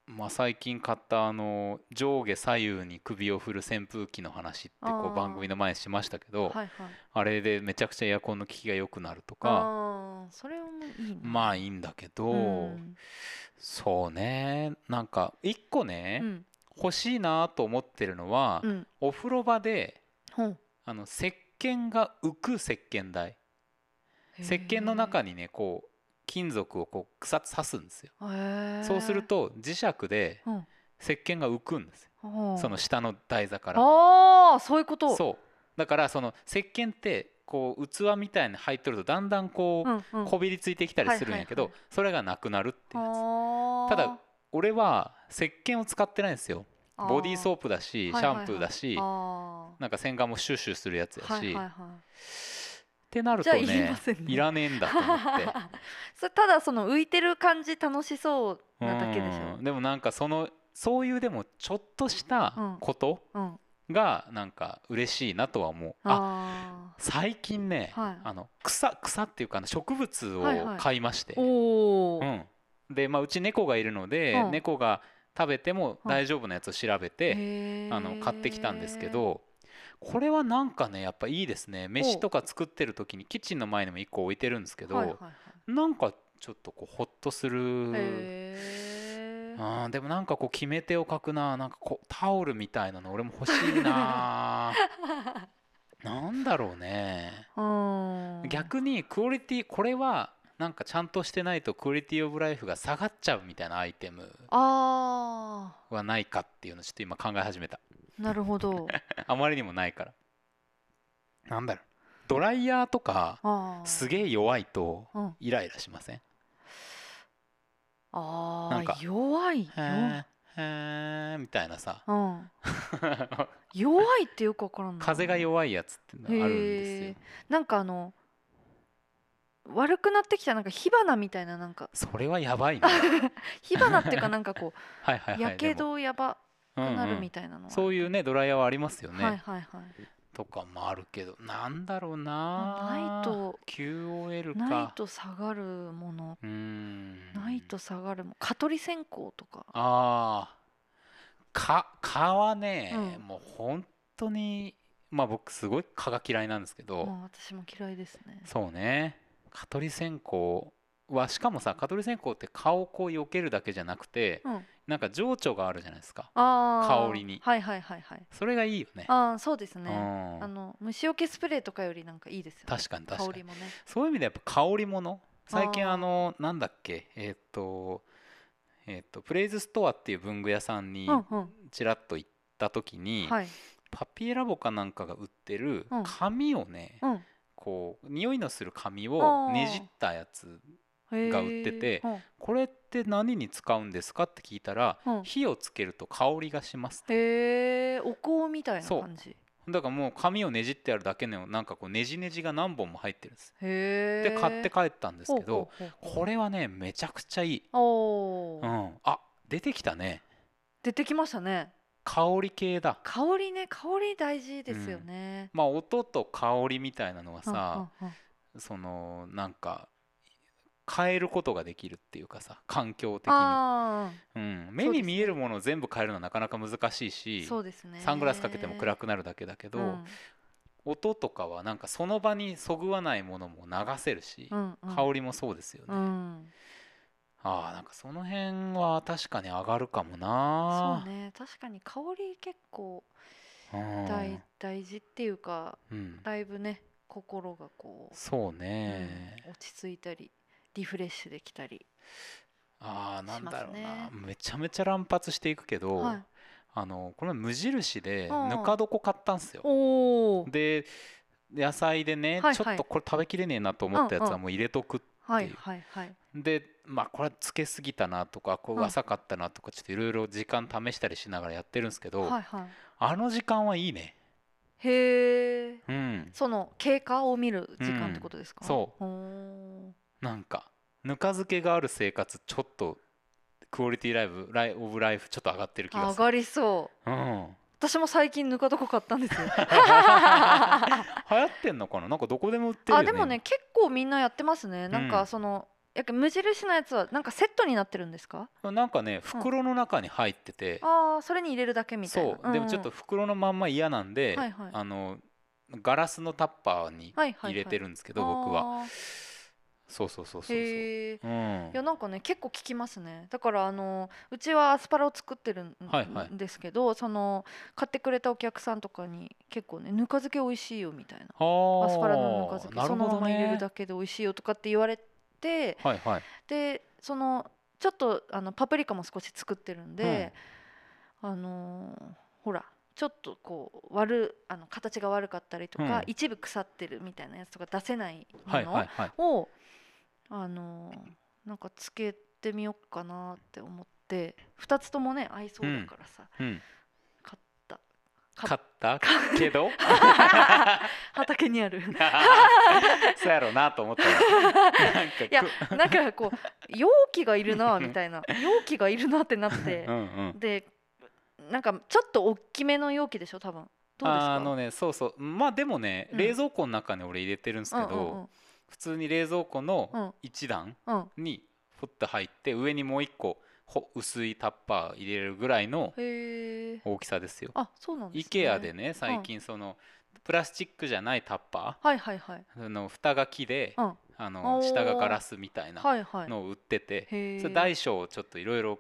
S2: まあ、最近買ったあの上下左右に首を振る扇風機の話ってこ
S1: あー
S2: う番組の前にしましたけどあ,、
S1: はいはい
S2: れでめちゃくちゃエアコンの効きが良くなるとか
S1: あーそれもいいね
S2: ま
S1: あ
S2: あいいんだけど、
S1: うん
S2: そうねなんか一個ね、
S1: うん
S2: 欲しいなと思ってるのは、
S1: うん
S2: お風呂場で
S1: ほん
S2: あの石鹸が浮く石鹸台石鹸の中にねこう金属をこう草刺すんですよ。
S1: へー
S2: そうすると磁石で
S1: うん
S2: 石鹸が浮くんですよ
S1: ほう
S2: その下の台座から
S1: ああそういうことう、
S2: そうだからその石鹸ってこう器みたいに入っとるとだんだんこ
S1: うんう、
S2: うんこびりついてきたりするんやけ
S1: はい
S2: ど
S1: は
S2: それがなくなるっていうやつ
S1: はー
S2: ただ俺は石鹸を使ってないんですよ
S1: あー
S2: ボディーソープだしシ
S1: はいはい
S2: ャ
S1: はい
S2: ンプーだし
S1: あ
S2: なんか洗顔もシュッシュするや
S1: ー
S2: つや
S1: はい
S2: し
S1: はい
S2: っ
S1: はい
S2: てなる
S1: じ
S2: と
S1: ゃあいりま
S2: ね
S1: せんね
S2: いらねえんだ と思って
S1: それただその浮いてる感じ楽しそうなだけでしょ
S2: うんでもなんかそのそういうでもちょっとした
S1: うん
S2: こと
S1: うん
S2: がなんか嬉しいなとは思うあ
S1: あ
S2: 最近ね、
S1: はい
S2: あの草草っていうかあの植物を
S1: はいはい
S2: 買いまして、
S1: ーおお、
S2: うん、で、まあ、うち猫がいるので、
S1: うん
S2: 猫が食べても
S1: うん
S2: 大丈夫なやつを調べて、
S1: へー
S2: あの買ってきたんですけどこれはなんかねやっぱいいですね飯とか作ってる時にキッチンの前にも1個置いてるんですけど、
S1: はいはいはい
S2: なんかちょっとこうほっとする。
S1: へー
S2: あーでもなんかこう決め手を書くななんかこうタオルみたいなの俺も欲し いななんだろうね
S1: うん
S2: 逆にクオリティこれはなんかちゃんとしてないとクオリティオブライフが下がっちゃうみたいなアイテム
S1: あ
S2: はないかっていうのをちょっと今考え始めた
S1: ーなるほど
S2: あまりにもないからなんだろうドライヤーとか
S1: あー
S2: すげえ弱いと
S1: うん
S2: イライラしません
S1: あ
S2: なんか
S1: ー弱いよ
S2: へーへーみたいなさ
S1: うん弱いってよくわからない
S2: 風が弱いやつっていうのがあるんです
S1: へ
S2: よ
S1: ーなんかあの悪くなってきたなんか火花みたいななんか
S2: それはやば いね
S1: 火花 っていうかなんかこ
S2: はいはいうはい
S1: やけ
S2: でも
S1: どやばく
S2: うんうん
S1: なるみたいなのは
S2: そういうねドライヤーはありますよね、
S1: はいはいはい
S2: とかもあるけどなんだろう
S1: な
S2: ない
S1: と
S2: QOL か
S1: ないと下がるもの
S2: うーん
S1: ないと下がるもの蚊取り線香とか
S2: あーか蚊はね、
S1: うん
S2: もう本当にまあ僕すごい蚊が嫌いなんですけど、
S1: まあ私も嫌いですね
S2: そうね蚊取り線香はしかもさ蚊取り線香って蚊をこう避けるだけじゃなくて
S1: うん、
S2: なんか情緒があるじゃないですか
S1: あー
S2: 香りに
S1: はいはいはいはい
S2: それがいいよね
S1: ああそうです
S2: う
S1: ねあ
S2: ん
S1: の虫除けスプレーとかよりなんかいいですよね
S2: 確かに確
S1: 香
S2: かに
S1: りもね
S2: そういう意味でやっぱ香りもの最近
S1: あー
S2: あのなんだっけえーっとえーっとプレイズストアっていう文具屋さんに
S1: うんうん
S2: ちらっと行った時に
S1: はい
S2: パピエラボかなんかが売ってる
S1: うん
S2: 紙をね
S1: うん
S2: こう匂いのする紙
S1: あ
S2: を
S1: ー
S2: ねじったやつ
S1: へー
S2: が売ってて
S1: うん
S2: これって何に使うんですかって聞いたら
S1: うん
S2: 火をつけると香りがしますと
S1: へえお香みたいな
S2: そう
S1: 感じ
S2: だからもう紙をねじってあるだけのなんかこうねじねじが何本も入ってるんです
S1: へえ
S2: で買って帰ったんですけど
S1: ほうほうほう
S2: これはねめちゃくちゃいい
S1: お
S2: う
S1: ー
S2: んあ出てきたね
S1: 出てきましたね
S2: 香り系だ
S1: 香りね香り大事ですよね、
S2: まあ音と香りみたいなのは
S1: うん、
S2: さ
S1: うんうん
S2: そのなんか変えることができるっていうかさ環境的に、
S1: あ
S2: うん、
S1: そう
S2: 目
S1: で
S2: に
S1: す
S2: 見えるものを全部変えるのはなかなか難しい
S1: ー
S2: し
S1: そうですね
S2: サングラスかけても暗くなるだけだけど、
S1: うん
S2: 音とかはなんかその場にそぐわないものも流せるし、
S1: うんうん、
S2: 香りもそうですよ
S1: う
S2: ね、
S1: ん
S2: あーなんかその辺は確かに上がるかも
S1: そ
S2: な
S1: うね確かに香り結構
S2: うん
S1: 大,、大事っていうか
S2: うん、
S1: だいぶね心がこ
S2: そう
S1: う、うん
S2: ね、
S1: 落ち着いたりリフレッシュできたり、
S2: ああな
S1: し
S2: ん
S1: ま
S2: だ
S1: す
S2: ろう
S1: ね
S2: なめちゃめちゃ乱発していくけど、
S1: はい、
S2: あのこの前無印で
S1: うん
S2: ぬか床買ったんすよ。
S1: おお
S2: で野菜でね、
S1: はいはい
S2: ちょっとこれ食べきれねえなと思ったや
S1: う
S2: つ
S1: んう
S2: は
S1: ん
S2: もう入れとく、
S1: はいはいはい
S2: でまあこれはつけすぎたなとかこ
S1: う
S2: うん浅かったなとかちょっといろいろ時間試したりしながらやってるんですけど、
S1: はいはい
S2: あの時間はいいね。
S1: へえ
S2: うん、
S1: その経過を見る時間ってことですか、
S2: うんそう
S1: ほ
S2: なんかぬか漬けがある生活ちょっとクオリティライブライオブライフちょっと上がってる気
S1: ー
S2: が
S1: 上
S2: する。
S1: がりそう
S2: うん、
S1: 私も最近ぬか床買ったんです よ
S2: 流行ってんのかななんかどこでも売ってるよ
S1: あ
S2: ね。
S1: でもね結構みんなやってますねなん
S2: う
S1: か
S2: ん
S1: その、やっぱ無印のやつはなんかセットになってるんですか
S2: なんかね袋の中に入ってて、
S1: ああそれに入れるだけみたいな
S2: そうでもちょっと、袋のまんま嫌なんで、
S1: はいはい
S2: あのガラスのタッパーに
S1: はいはいはい
S2: 入れてるんです
S1: う
S2: け
S1: ん
S2: ど、僕は
S1: あー
S2: そうそうそうそうそう、
S1: へえ
S2: うん
S1: いやなんかね結構聞きますねだからあのうちはアスパラを作ってるん
S2: はいはい
S1: んですけど、その買ってくれたお客さんとかに結構ねぬか漬け美味しいよみたいな
S2: はあ
S1: アスパラのぬか漬け
S2: な
S1: そ
S2: る
S1: のま
S2: ほど
S1: ま入れ
S2: ね
S1: るだけで美味しいよとかって言われて
S2: はいはい
S1: でそのちょっとあのパプリカも少し作ってるんで、あのーほらちょっとこう悪あの形が悪かったりとか、
S2: うん
S1: 一部腐ってるみたいなやつとか出せないもの
S2: はいはいはい
S1: を、あのーなんかつけてみようかなって思って2つともね合いそうだからさ、
S2: うん
S1: 買った
S2: 買った けど
S1: 畑にあ る
S2: そうやろうなと思ったらなんか
S1: いや
S2: く
S1: なんかこう容器がいるなみたいな容器がいるなってなって
S2: うんうん
S1: でなんかちょっと大きめの容器でしょ多分どうですか
S2: あのねそうそうまあでもね、
S1: うん
S2: 冷蔵庫の中に俺入れてるんですけど、普通に冷蔵庫
S1: う
S2: の
S1: ん
S2: 一段、
S1: うんうんうん
S2: にふって入って上にもう一個ほ薄いタッパー入れるぐらいの
S1: へえ
S2: 大きさですよ。
S1: あそうなんですね
S2: IKEA でね最近そのプラスチックじゃないタッパ
S1: はいはいはい
S2: ーあの蓋が木で
S1: うん
S2: あ
S1: お
S2: の
S1: ー
S2: 下がガラスみたいな
S1: はいはい
S2: のを売ってて
S1: へえ
S2: それ大小をちょっといろいろ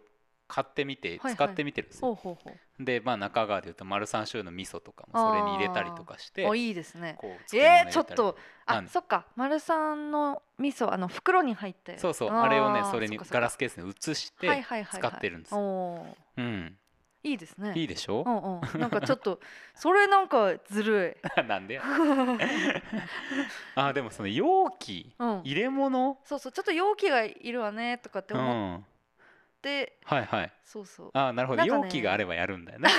S2: 買ってみて
S1: いはい
S2: 使ってみてるんです
S1: ほ
S2: よ。
S1: うほうほ
S2: でまあ中川でいうと丸三種類の味噌とかもそれに入れたりとかして
S1: うおいいですね
S2: こう漬
S1: え
S2: 物
S1: ー、
S2: 入れ
S1: ちょ
S2: た
S1: っ
S2: り
S1: とあ
S2: 何
S1: そっか丸さんの味噌あの袋に入って
S2: そうそうあれをね
S1: ー
S2: それに
S1: っかっか
S2: ガラスケースに移して使ってるんですよ
S1: はいはいはいはい、
S2: うん
S1: おーいいですね
S2: いいでしょ
S1: うんうんなんかちょっと それなんかずるい
S2: なんでやあでもその容器
S1: うん
S2: 入れ物
S1: そうそうちょっと容器がいるわねとかって
S2: うん
S1: 思っ
S2: は
S1: て、
S2: いはい
S1: そうそう
S2: あなるほど
S1: なんかね
S2: 容器があればやるんだよ ね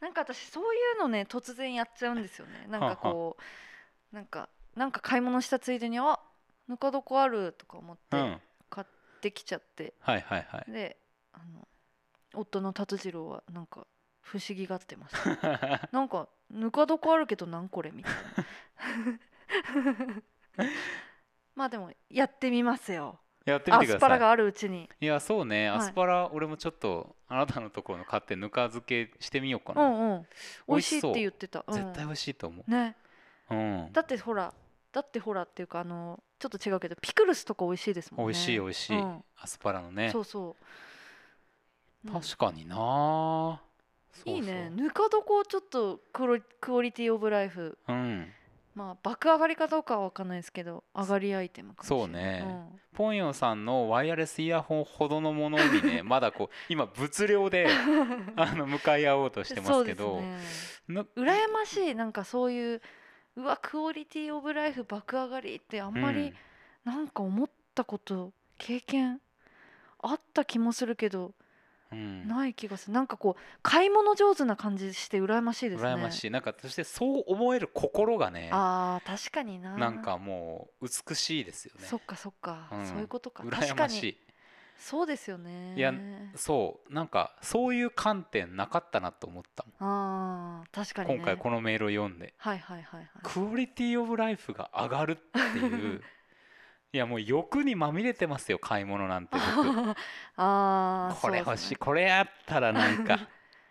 S1: なんか私そういうのね突然やっちゃうんですよねなんかこうなんかなんか買い物したついでにあぬか床あるとか思っ
S2: うん
S1: て買ってきちゃって、
S2: はいはい はい
S1: であの夫の達次郎はなんか不思議がってました なんかぬか床あるけどなんこれみたいな まあでもやってみますよ
S2: やってみ
S1: ア
S2: てく
S1: ス
S2: だ
S1: パラ
S2: さ
S1: があるうちに
S2: いいやそうね
S1: はい
S2: アスパラ俺もちょっとあなたのところの買ってぬか漬けしてみようか
S1: う
S2: なん
S1: うん美味
S2: 美味
S1: しい
S2: し
S1: っ
S2: そう
S1: て言ってた、うん、
S2: 絶対美味しいと思
S1: ね
S2: ううん
S1: だってほらだってほらっていうかあのちょっと違うけどピクルスとか美味しいですもん
S2: 美
S1: ね
S2: 味しい美味しい、
S1: うん
S2: アスパラのね
S1: そうそううん
S2: 確かになそうそう
S1: いいねぬか床ちょっとクロクオリティオブライフ
S2: うん
S1: まあ爆上がりかどうかは分かんないですけど上がりアイテムかもしれない
S2: そうねポンヨさんのワイヤレスイヤホンほどのもの にねまだこう今物量であの向かい合おうとして
S1: うん
S2: ま
S1: そう
S2: す
S1: で
S2: け
S1: す
S2: ど
S1: ね
S2: ぬ
S1: 羨ましいなんかそういううわクオリティオブライフ爆上がりってあんま
S2: う
S1: りなんか思ったこと経験あった気もするけど
S2: うん
S1: ない気がするなんかこう買い物上手な感じして羨ましいですね
S2: 羨ましいなんかそしてそう思える心がね
S1: あー確かにな
S2: なんかもう美しいですよね
S1: そっかそっか、
S2: うん
S1: そういうことか確
S2: 羨
S1: か
S2: まし
S1: に
S2: い
S1: そうですよね
S2: いやそうなんかそういう観点なかったなと思ったも
S1: あー確か
S2: ん
S1: に、ね、
S2: 今回このメールを読んで
S1: はいはいはいはい
S2: クオリティオブライフが上がるって いういやもう欲にまみれてますよ買い物なんて僕
S1: ああ
S2: これ欲しい、これあったらなん か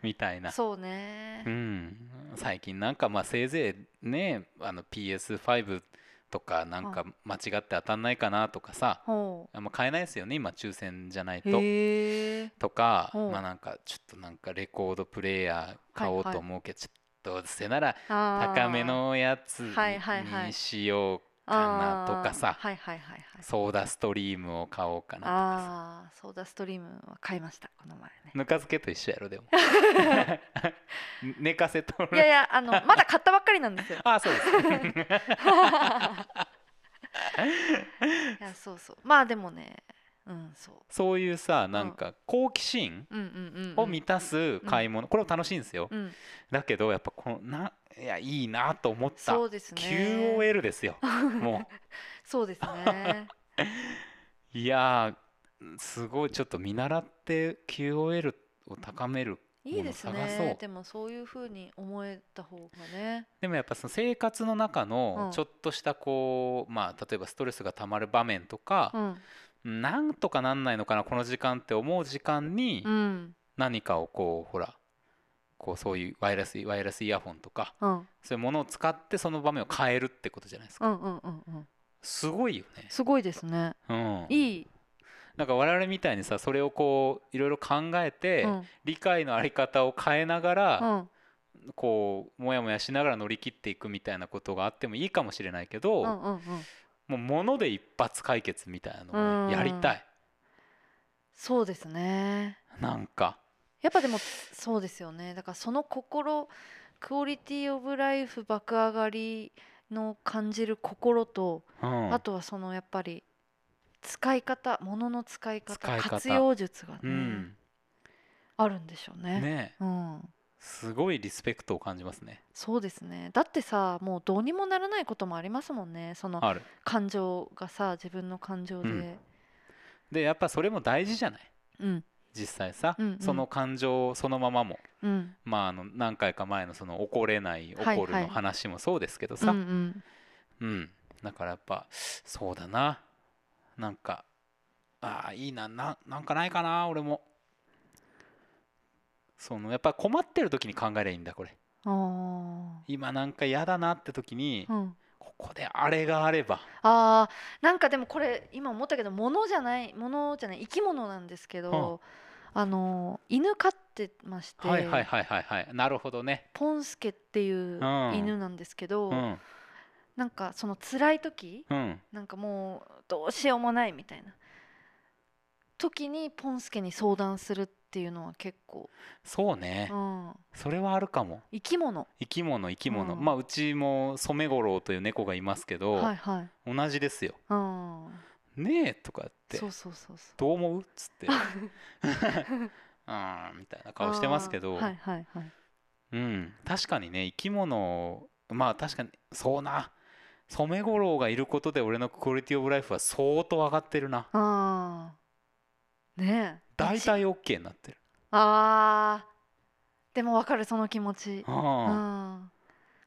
S2: みたいな
S1: そうね
S2: う、ん最近なんかまあせいぜいねあの PS5 とかなんか間違って当たんないかなとかさ
S1: ほ
S2: あんま買えないですよね今抽選じゃないうと。
S1: へえ
S2: とか、
S1: ほう
S2: まあなんかちょっとなんかレコードプレーヤー買
S1: は
S2: おう
S1: い
S2: と
S1: はい
S2: 思うけど、ちょっとどうせなら
S1: 高
S2: 高めのやつに
S1: はいはいはい
S2: にしようかなとかさ
S1: はいはいはいはい
S2: ソーダストリームを買おうかなとかさ
S1: ああーソーダストリームは買いましたこの前ね
S2: ぬか漬けと一緒やろで も寝かせとる
S1: いやいや あのまだ買ったばっかりなんですよ
S2: あそうです
S1: いやそうそうまあでもねうんそう
S2: そういうさなんか好奇心
S1: うんうんうんうん
S2: を満たす買い物、これも楽しいんですよ、
S1: うん
S2: だけどやっぱこのないやいいなと思った
S1: そうですね
S2: QOL で すよも
S1: そうです ね
S2: ういやーすごいちょっと見習って QOL を高める
S1: いいです
S2: もの探そ
S1: ね
S2: う
S1: でもそういう風に思えた方がね
S2: でもやっぱその生活の中
S1: う
S2: の
S1: ん
S2: ちょっとしたこう、まあ例えばストレスがたまる場面とか
S1: う、ん
S2: なんとかなんないのかなこの時間って思う時間に
S1: うん
S2: 何かをこうほらこうそういうワイヤレスワイヤレスイヤホンとか
S1: うん
S2: そういうものを使ってその場面を変えるってことじゃないです
S1: う
S2: か、
S1: んうんうんうん
S2: すごいよね、
S1: すごいですね
S2: うん、
S1: いい、
S2: なんか我々みたいにさそれをこういろいろ考えて、
S1: うん
S2: 理解のあり方を変えなが
S1: う
S2: ら、
S1: ん
S2: こうモヤモヤしながら乗り切っていくみたいなことがあってもいいかもしれないけど、
S1: うんうんうん
S2: もう物で一発解決みたいなのをねやりたい、
S1: そうですね
S2: なんか
S1: やっぱでもそうですよねだからその心クオリティオブライフ爆上がりの感じる心と、
S2: うん
S1: あとはそのやっぱり使い方物の使い方
S2: 使い方
S1: 活用術がね、
S2: うん
S1: あるんでしょうね
S2: ね
S1: うん、
S2: すごいリスペクトを感じますね
S1: そうですねだってさもうどうにもならないこともありますもんねその
S2: ある
S1: 感情がさ自分の感情で、う
S2: うんんでやっぱそれも大事じゃない
S1: うん
S2: 実際さ、
S1: うんうん
S2: その感情そのままもまああの何回か前のその怒れない
S1: はい
S2: 怒る
S1: はい
S2: の話もそうですけどさ、
S1: うんうん、
S2: うん、だからやっぱそうだななんかああいいなななんかないかな俺もそのやっぱ困ってる時に考えればいいんだこれ
S1: あ
S2: 今なんか嫌だなって時に、
S1: ー、うん、
S2: ここであれがあれば
S1: あーなんかでもこれ今思ったけど物じゃない物じゃない生き物なんですけど、あのー犬飼ってまして、
S2: はいはいはいはいはいなるほどね
S1: ポンスケっていう
S2: うん
S1: 犬なんですけど、
S2: うん
S1: なんかその辛い時
S2: うん
S1: なんかもうどうしようもないみたいな時にポンスケに相談するっていうのは結構、
S2: そうね、
S1: うん、
S2: それはあるかも
S1: 生き物
S2: 生き物生き物、
S1: うん
S2: まあうちも染五郎という猫がいますけど、
S1: はいはい、
S2: 同じですよ
S1: うん、
S2: ねえとかって
S1: そうそうそうそ
S2: どう思うっつってうーんみたいな
S1: う
S2: 顔してますけど、
S1: あーはいはいはい
S2: うん、確かにね生き物まあ確かにそうな染五郎がいることで俺のクオリティオブライフは相当上がってるな
S1: ああねえ
S2: 大体 OK になってる、
S1: あーでもわかるその気持ち
S2: う、
S1: うんん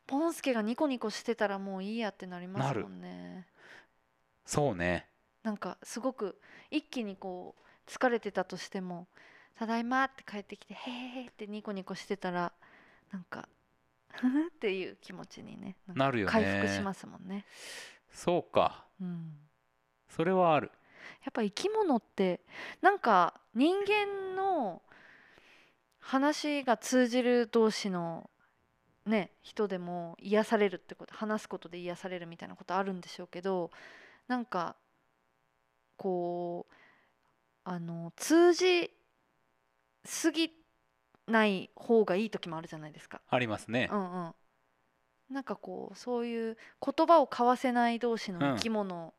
S1: ポンスケがニコニコしてたらもういいやってなりますもんね
S2: そうね
S1: なんかすごく一気にこう疲れてたとしても「ただいま」って帰ってきて「へーへーってニコニコしてたらなんか「ふふ」っていう気持ちにねんか
S2: なるよね
S1: 回復しますもんね
S2: そうか
S1: うん
S2: それはある
S1: やっぱ生き物ってなんか人間の話が通じる同士のね人でも癒されるってこと話すことで癒されるみたいなことあるんでしょうけどなんかこうあの通じすぎない方がいい時もあるじゃないですか。
S2: ありますね
S1: う、んうん、なんかこうそういう言葉を交わせない同士の
S2: うん
S1: 生き物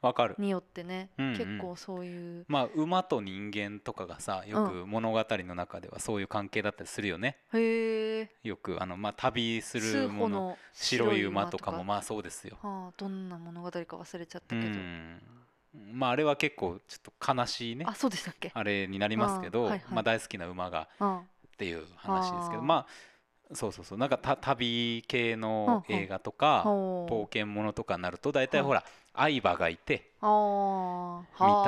S2: わかる
S1: によってね、
S2: うんうん
S1: 結構そういう
S2: まあ馬と人間とかがさよく物語の中ではそういう関係だったりするよね
S1: へえ
S2: よくあのまあ旅す
S1: 数
S2: る
S1: 歩
S2: もの
S1: の
S2: 白い馬とか
S1: 白
S2: も
S1: い馬
S2: まあそうですよ
S1: とかはあ、どんな物語か忘れちゃっ
S2: う
S1: たけど、
S2: んまああれは結構ちょっと悲しいね
S1: あそうでしたっけ
S2: あれになりますけど、
S1: あーはいはい
S2: まあ、大好きな馬が
S1: あ
S2: っていう話ですけ
S1: あ
S2: ど
S1: ー
S2: まあそうそうそうなんかた旅系の
S1: うんうん
S2: 映画とか
S1: ほう
S2: 冒険ものとかになると大体
S1: はい
S2: ほら相場がいて
S1: あー
S2: みたいなの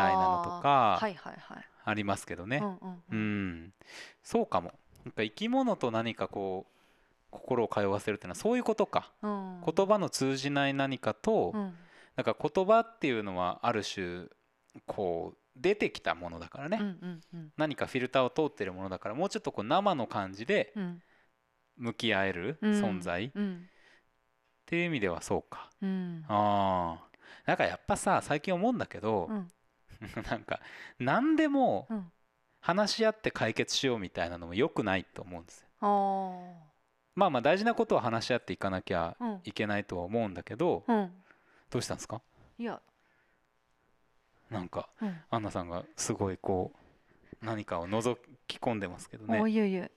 S2: と
S1: はあ
S2: か
S1: はいはいはい、
S2: ありますけど
S1: う
S2: ね
S1: んうん
S2: う
S1: うん
S2: んそうかもなんか生き物と何かこう心を通わせるっていうのはそういうことか
S1: うん
S2: 言葉の通じない何かと
S1: うん
S2: なんか言葉っていうのはある種こう出てきたものだからね
S1: うんうんうん
S2: 何かフィルターを通ってるものだからもうちょっとこう生の感じで
S1: うん
S2: 向き合える
S1: うん
S2: 存在っ
S1: うん
S2: ていう意味ではそうか
S1: うん
S2: あーなんかやっぱさ最近思うんだけど
S1: うん
S2: なんか何でも
S1: うん
S2: 話し合って解決しようみたいなのも良くないと思うんですよ
S1: あー
S2: まあまあ大事なことは話し合っていかなきゃ
S1: うん
S2: いけないとは思うんだけど
S1: うん
S2: どうしたんですか
S1: いや、
S2: なんか
S1: うん
S2: アンナさんがすごいこう何かを覗き込んでますけど
S1: お
S2: ね
S1: いやいや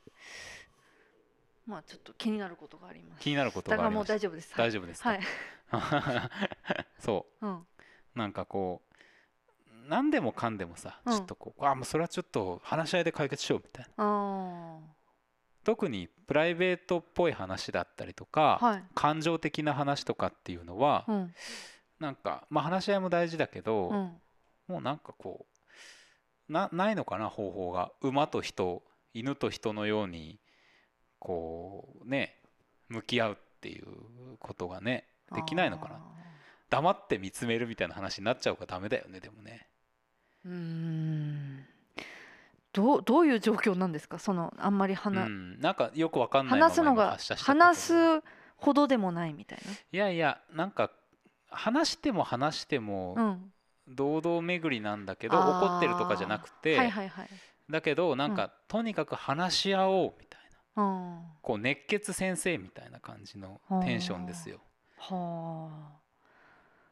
S1: まあちょっと気になることがあります
S2: 気になること
S1: だか
S2: が
S1: ら
S2: あり
S1: もう
S2: ました
S1: 大丈夫です
S2: 大丈夫ですか
S1: はい、
S2: そう
S1: うん
S2: なんかこう何でもかんでもさ、
S1: うん
S2: ちょっとこうあもうそれはちょっと話し合いで解決しようみたいな
S1: あ
S2: 特にプライベートっぽい話だったりと
S1: あ
S2: か、
S1: はい
S2: 感情的な話とかっていうのは、
S1: うん
S2: なんか、まあ、話し合いも大事だけど、
S1: うん
S2: もうなんかこうなないのかな方法が馬と人犬と人のようにこうね向き合うっていうことがねできないのかな黙って見つめるみたいな話になっちゃうからダメだよねでもね。
S1: うーんどうどういう状況なんですかそのあんまり
S2: う
S1: 話,、
S2: ん、なんかよくわかんないまま
S1: 話すの
S2: 今
S1: が
S2: 発射しちゃったけど
S1: 話すほどでもないみたい
S2: いやいやなんか話しても話しても
S1: な、うん、
S2: 堂々巡りなんだけど、
S1: あー
S2: 怒ってるとかじゃなくて、
S1: はいはいはい、
S2: だけどなんか、
S1: う
S2: とにかく話し合おうみたいな
S1: うん、は
S2: こう熱血先生みたいな感じのテンションですよ
S1: あ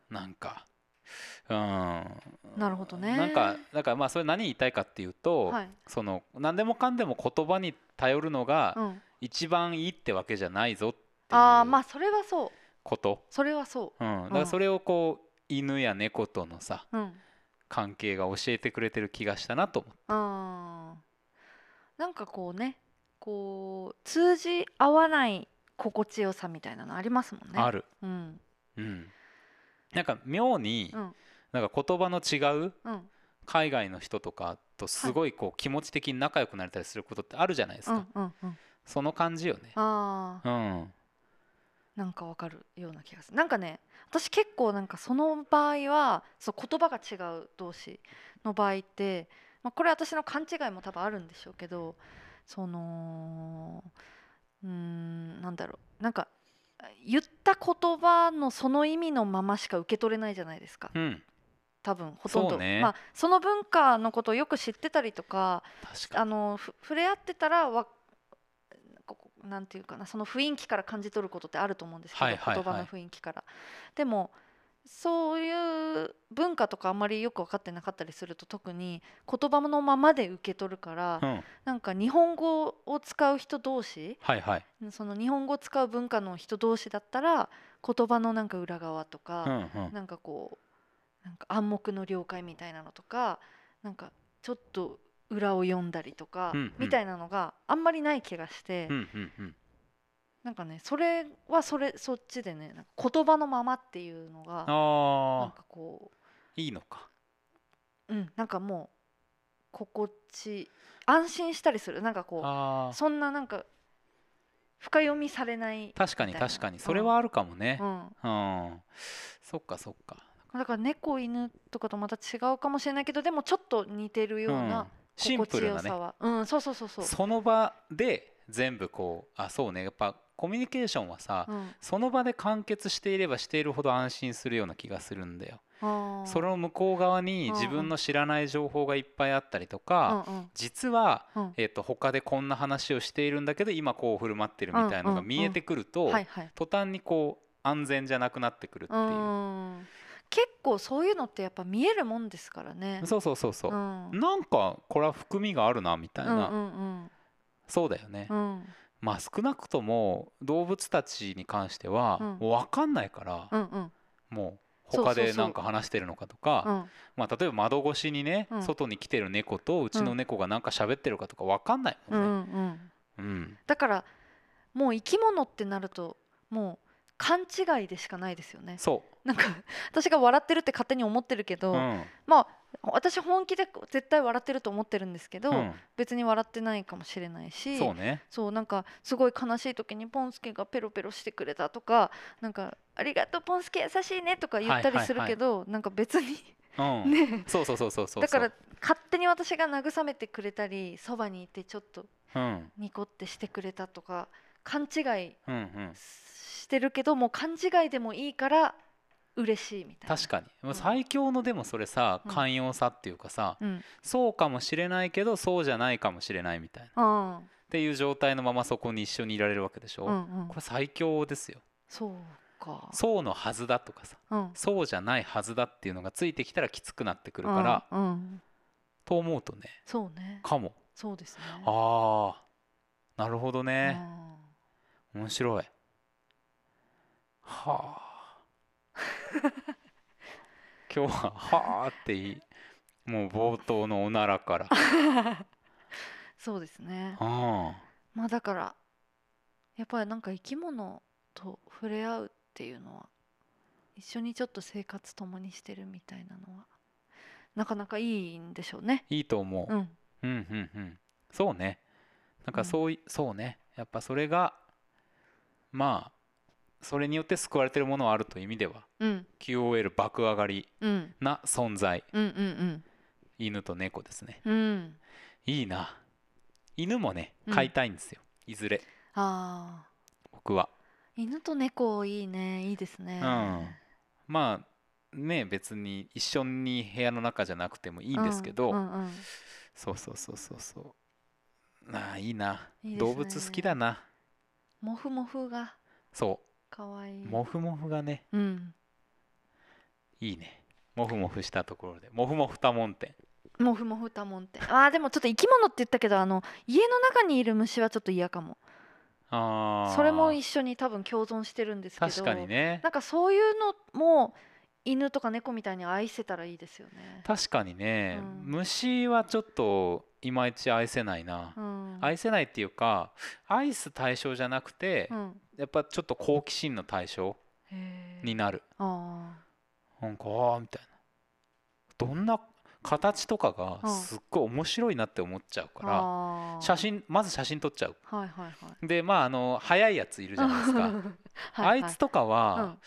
S2: なんかうん
S1: なるほどね
S2: なんかだからまあそれ何言いたいかっていうと、
S1: はい
S2: その何でもかんでも言葉に頼るのが
S1: うん、
S2: 一番いいってわけじゃないぞってい
S1: ああまあ
S2: う
S1: それはそう
S2: こと、
S1: それはそ
S2: うん、だからそれをこう犬や猫とのさ
S1: ううん
S2: 関係が教えてくれてる気がしたなと思って
S1: あーなんかこうねこう通じ合わない心地よさみたいなのありますもんね。
S2: ある、
S1: うん
S2: うん、なんか妙に、
S1: うん
S2: なんか言葉の違う
S1: うん
S2: 海外の人とかとすごいこう気持ち的に仲良くなれたりすることってあるじゃないです
S1: う
S2: か、
S1: んうんうん
S2: その感じよね
S1: あー
S2: うん
S1: なんかわかるような気がするなんかね私結構なんかその場合はそう言葉が違う同士の場合って、まあ、これ私の勘違いも多分あるんでしょうけどそのうーんなんだろうなんか言った言葉のその意味のまましか受け取れないじゃないですか。
S2: うん
S1: 多分ほとん
S2: そ
S1: ど、
S2: うね
S1: まあ、その文化のことをよく知ってたりとか
S2: 確か
S1: あ
S2: に
S1: のふ触れ合ってたらわここなんていうかなその雰囲気から感じ取ることってあると思うんですけど、
S2: はいはいはい
S1: 言葉の雰囲気から。でもそういう文化とかあんまりよく分かってなかったりすると特に言葉のままで受け取るから、
S2: うん
S1: なんか日本語を使う人同士
S2: はいはい
S1: その日本語を使う文化の人同士だったら言葉のなんか裏側とか、
S2: うんうん
S1: なんかこうなんか暗黙の了解みたいなのとかなんかちょっと裏を読んだりとか、
S2: うんうん
S1: みたいなのがあんまりない気がして、
S2: うんうんうん
S1: なんかねそれはそれそっちでねなんか言葉のままっていうのがなん
S2: ああ
S1: かこ
S2: いいのか
S1: う、うん、なんかもう心地安心したりするなんかこ
S2: あ
S1: う
S2: ー
S1: そんななんか深読みされない、
S2: 確か
S1: み
S2: に
S1: たいな
S2: 確かに
S1: うん
S2: それはあるかもね
S1: うん、
S2: うんそっかそっか
S1: だから猫犬とかとまた違うかもしれないけどでもちょっと似てるよう
S2: うん
S1: な
S2: シン
S1: 心
S2: プ
S1: 地
S2: ル
S1: よ
S2: なね
S1: さは、うんそうそうそうそう、
S2: その場で全部こうあそうねやっぱコミュニケーションはさ、
S1: うん、
S2: その場で完結していればしているほど安心するような気がするんだよ。
S1: あー
S2: その向こう側に
S1: うんうん
S2: 自分の知らない情報がいっぱいあったりと
S1: うん
S2: か、
S1: うん
S2: 実は、
S1: うん
S2: えっと他でこんな話をしているんだけど今こう振る舞ってるみた
S1: う
S2: いの
S1: んうん
S2: が
S1: うん
S2: 見えてくると、
S1: はいはい
S2: 途端にこう安全じゃなくなってくるって
S1: う
S2: いう。
S1: ん結構そういうのってやっぱ見えるもんですからね
S2: そうそうそうそう
S1: う、んうん
S2: なんかこれは含みがあるなみたいな、
S1: うん
S2: そうだよね、
S1: うんうん
S2: まあ少なくとも動物たちに関しては
S1: うん
S2: もう分かんないから、
S1: うんうん
S2: もう
S1: そうそう
S2: 他
S1: そう
S2: で何か話してるのかとか
S1: うん
S2: まあ、例えば窓越しにね、
S1: うん
S2: 外に来てる猫とうちの猫が何か喋ってるかとか分かんないも
S1: うんん
S2: ね。
S1: うん
S2: うん
S1: だからもう生き物ってなるともう勘違いでしかないですよね
S2: そ
S1: なんか私が笑ってるって勝手に思ってるけ
S2: う、
S1: ど、
S2: うん
S1: まあ私本気で絶対笑ってると思ってるんですけど、
S2: うん
S1: 別に笑ってないかもしれないし
S2: そうね
S1: そうなんかすごい悲しい時にポンスケがペロペロしてくれたとかなんか「ありがとうポンスケ優しいね」とか言ったりするけど、なんか別に
S2: うん、
S1: ね
S2: そうそうそうそうそう
S1: だから勝手に私が慰めてくれたりそばにいてちょっと
S2: うん
S1: ニコってしてくれたとか勘違い
S2: うんうん
S1: してるけどもう勘違いでもいいから嬉しいみたいな。
S2: 確かにもううん最強のでもそれさ
S1: うん
S2: 寛容さっていうかさ、
S1: うん、
S2: そうかもしれないけどそうじゃないかもしれないみたいな
S1: あ
S2: っていう状態のままそこに一緒にいられるわけでし
S1: あ
S2: ょ、
S1: うんうん
S2: これ最強ですよ
S1: そうか
S2: そうのはずだとかさ
S1: うん
S2: そうじゃないはずだっていうのがついてきたらきつくなってくるから、
S1: うんうん
S2: と思うとね
S1: そうね
S2: かも
S1: そうですね
S2: あーなるほど
S1: う
S2: ね、
S1: ん
S2: 面白いは あ今日は「はあ」っていいもう冒頭のおならから
S1: そうですね
S2: うん
S1: まあだからやっぱりなんか生き物と触れ合うっていうのは一緒にちょっと生活共にしてるみたいなのはなかなかいいんでしょうね。
S2: いいと思
S1: う
S2: う、
S1: ん、
S2: うん、うんうんそうねな
S1: う
S2: んか
S1: ん
S2: そうい、そうねやっぱそれがまあそれによって救われてるものはあるという意味では
S1: うん
S2: QOL 爆上がり
S1: うん
S2: な存在
S1: うんうん
S2: 犬と猫ですね
S1: うんうん
S2: いいな犬もね
S1: うん
S2: 飼いたいんですよ、いずれ
S1: あー
S2: 僕は
S1: 犬と猫いいねいいですね。
S2: うんまあね別に一緒に部屋の中じゃなくてもい
S1: い
S2: いんですけど、
S1: うんうん
S2: そうそうそうそうそうなあいいない
S1: いですね
S2: 動物好きだな
S1: モフモフが
S2: そ。
S1: 可愛いう
S2: モフモフがね
S1: うん。
S2: いいねモフモフしたところでモフモフ多聞店
S1: モフモフタモンって。ああでもちょっと生き物って言ったけどあの家の中にいる虫はちょっと嫌かも。
S2: あー
S1: それも一緒に多分共存してるんですけど
S2: 確かにね
S1: なんかそういうのも犬とか猫みたいに愛せたらいいですよね。
S2: 確かにね、
S1: うん
S2: 虫はちょっといまいち愛せないな、
S1: うん、
S2: 愛せないっていうか愛す対象じゃなくて、
S1: うん
S2: やっぱちょっと好奇心の対象
S1: へー
S2: になる
S1: あ
S2: なんかああみたいなどんな形とかが
S1: うん
S2: すっごい面白いなって思っちゃう
S1: ー
S2: から
S1: あー
S2: 写真まず写真撮っちゃう
S1: はいはいはい
S2: でまああの速いやついるじゃないです
S1: はい
S2: か
S1: は
S2: あいつとか
S1: う
S2: は
S1: ん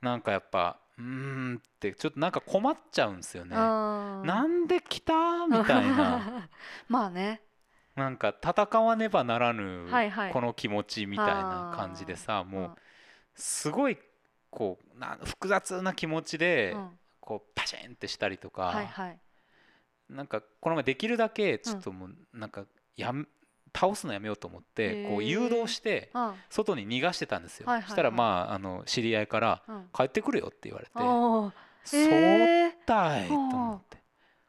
S2: なんかやっぱうーんってちょっとなんか困っちゃうんですよね
S1: あー
S2: なんで来たみたいな
S1: まあね
S2: なんか戦わねばならぬ
S1: はいはい
S2: この気持ちみたいな感じでさもうすごいこうな複雑な気持ちで
S1: うん
S2: こうパシーンってしたりと
S1: はい
S2: か
S1: はい
S2: なんかこの前できるだけちょっともうなんかやめ倒すのやめようと思ってこう
S1: へー
S2: 誘導して
S1: うん
S2: 外に逃がしてたんですよ
S1: はいはいはい
S2: そしたらまああの知り合いから
S1: うん
S2: 「帰ってくるよ」って言われて「
S1: あー
S2: そう
S1: え
S2: たい」と思って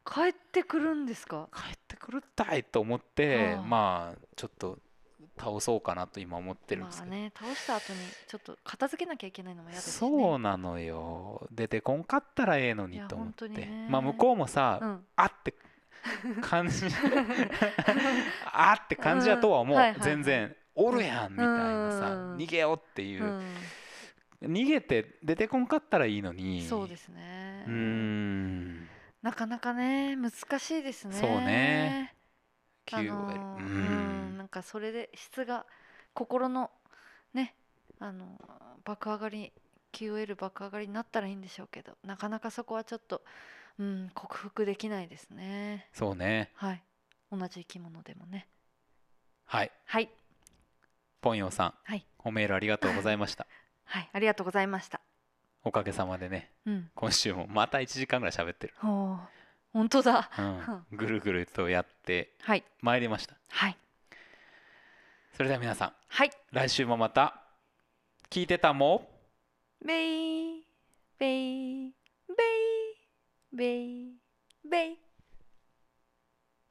S1: ー、帰ってくるんですか
S2: 「帰ってくるったい」と思って
S1: あー
S2: まあちょっと倒そうかなと今思ってるんですけど
S1: まあね倒した後にちょっと片付けなきゃいけないのも嫌ですしね
S2: そうなのよ出てこんかったらええのに
S1: いや
S2: と思って
S1: 本当にね
S2: まあ向こうもさ、
S1: うん
S2: あって感 じあって感じやとは思う、
S1: うんはいはいはい
S2: 全然おるやんみたいなさ、
S1: うん
S2: 逃げようっていうう、
S1: ん
S2: 逃げて出てこんかったらいいのに
S1: そうですね
S2: うーん
S1: なかなかね難しいですね
S2: そうね
S1: あ
S2: QOL、
S1: の
S2: う
S1: ー
S2: ー
S1: うん
S2: ん
S1: なんかそれで質が心のねあの爆上がり QL 爆上がりになったらいいんでしょうけどなかなかそこはちょっと、うん、克服できないですね
S2: そうね
S1: はい同じ生き物でもね
S2: はい
S1: はい
S2: ポンヨさん
S1: はい
S2: おメールありがとうございました
S1: はいありがとうございました
S2: おかげさまでね
S1: うん
S2: 今週もまた1時間ぐらい喋ってる、
S1: ほう本当だ
S2: うん、ぐるぐるとやって
S1: はい
S2: まいりました
S1: はい
S2: それでは皆さん
S1: はい
S2: 来週もまた聞いてたもん
S1: ベイベイベイベイベイ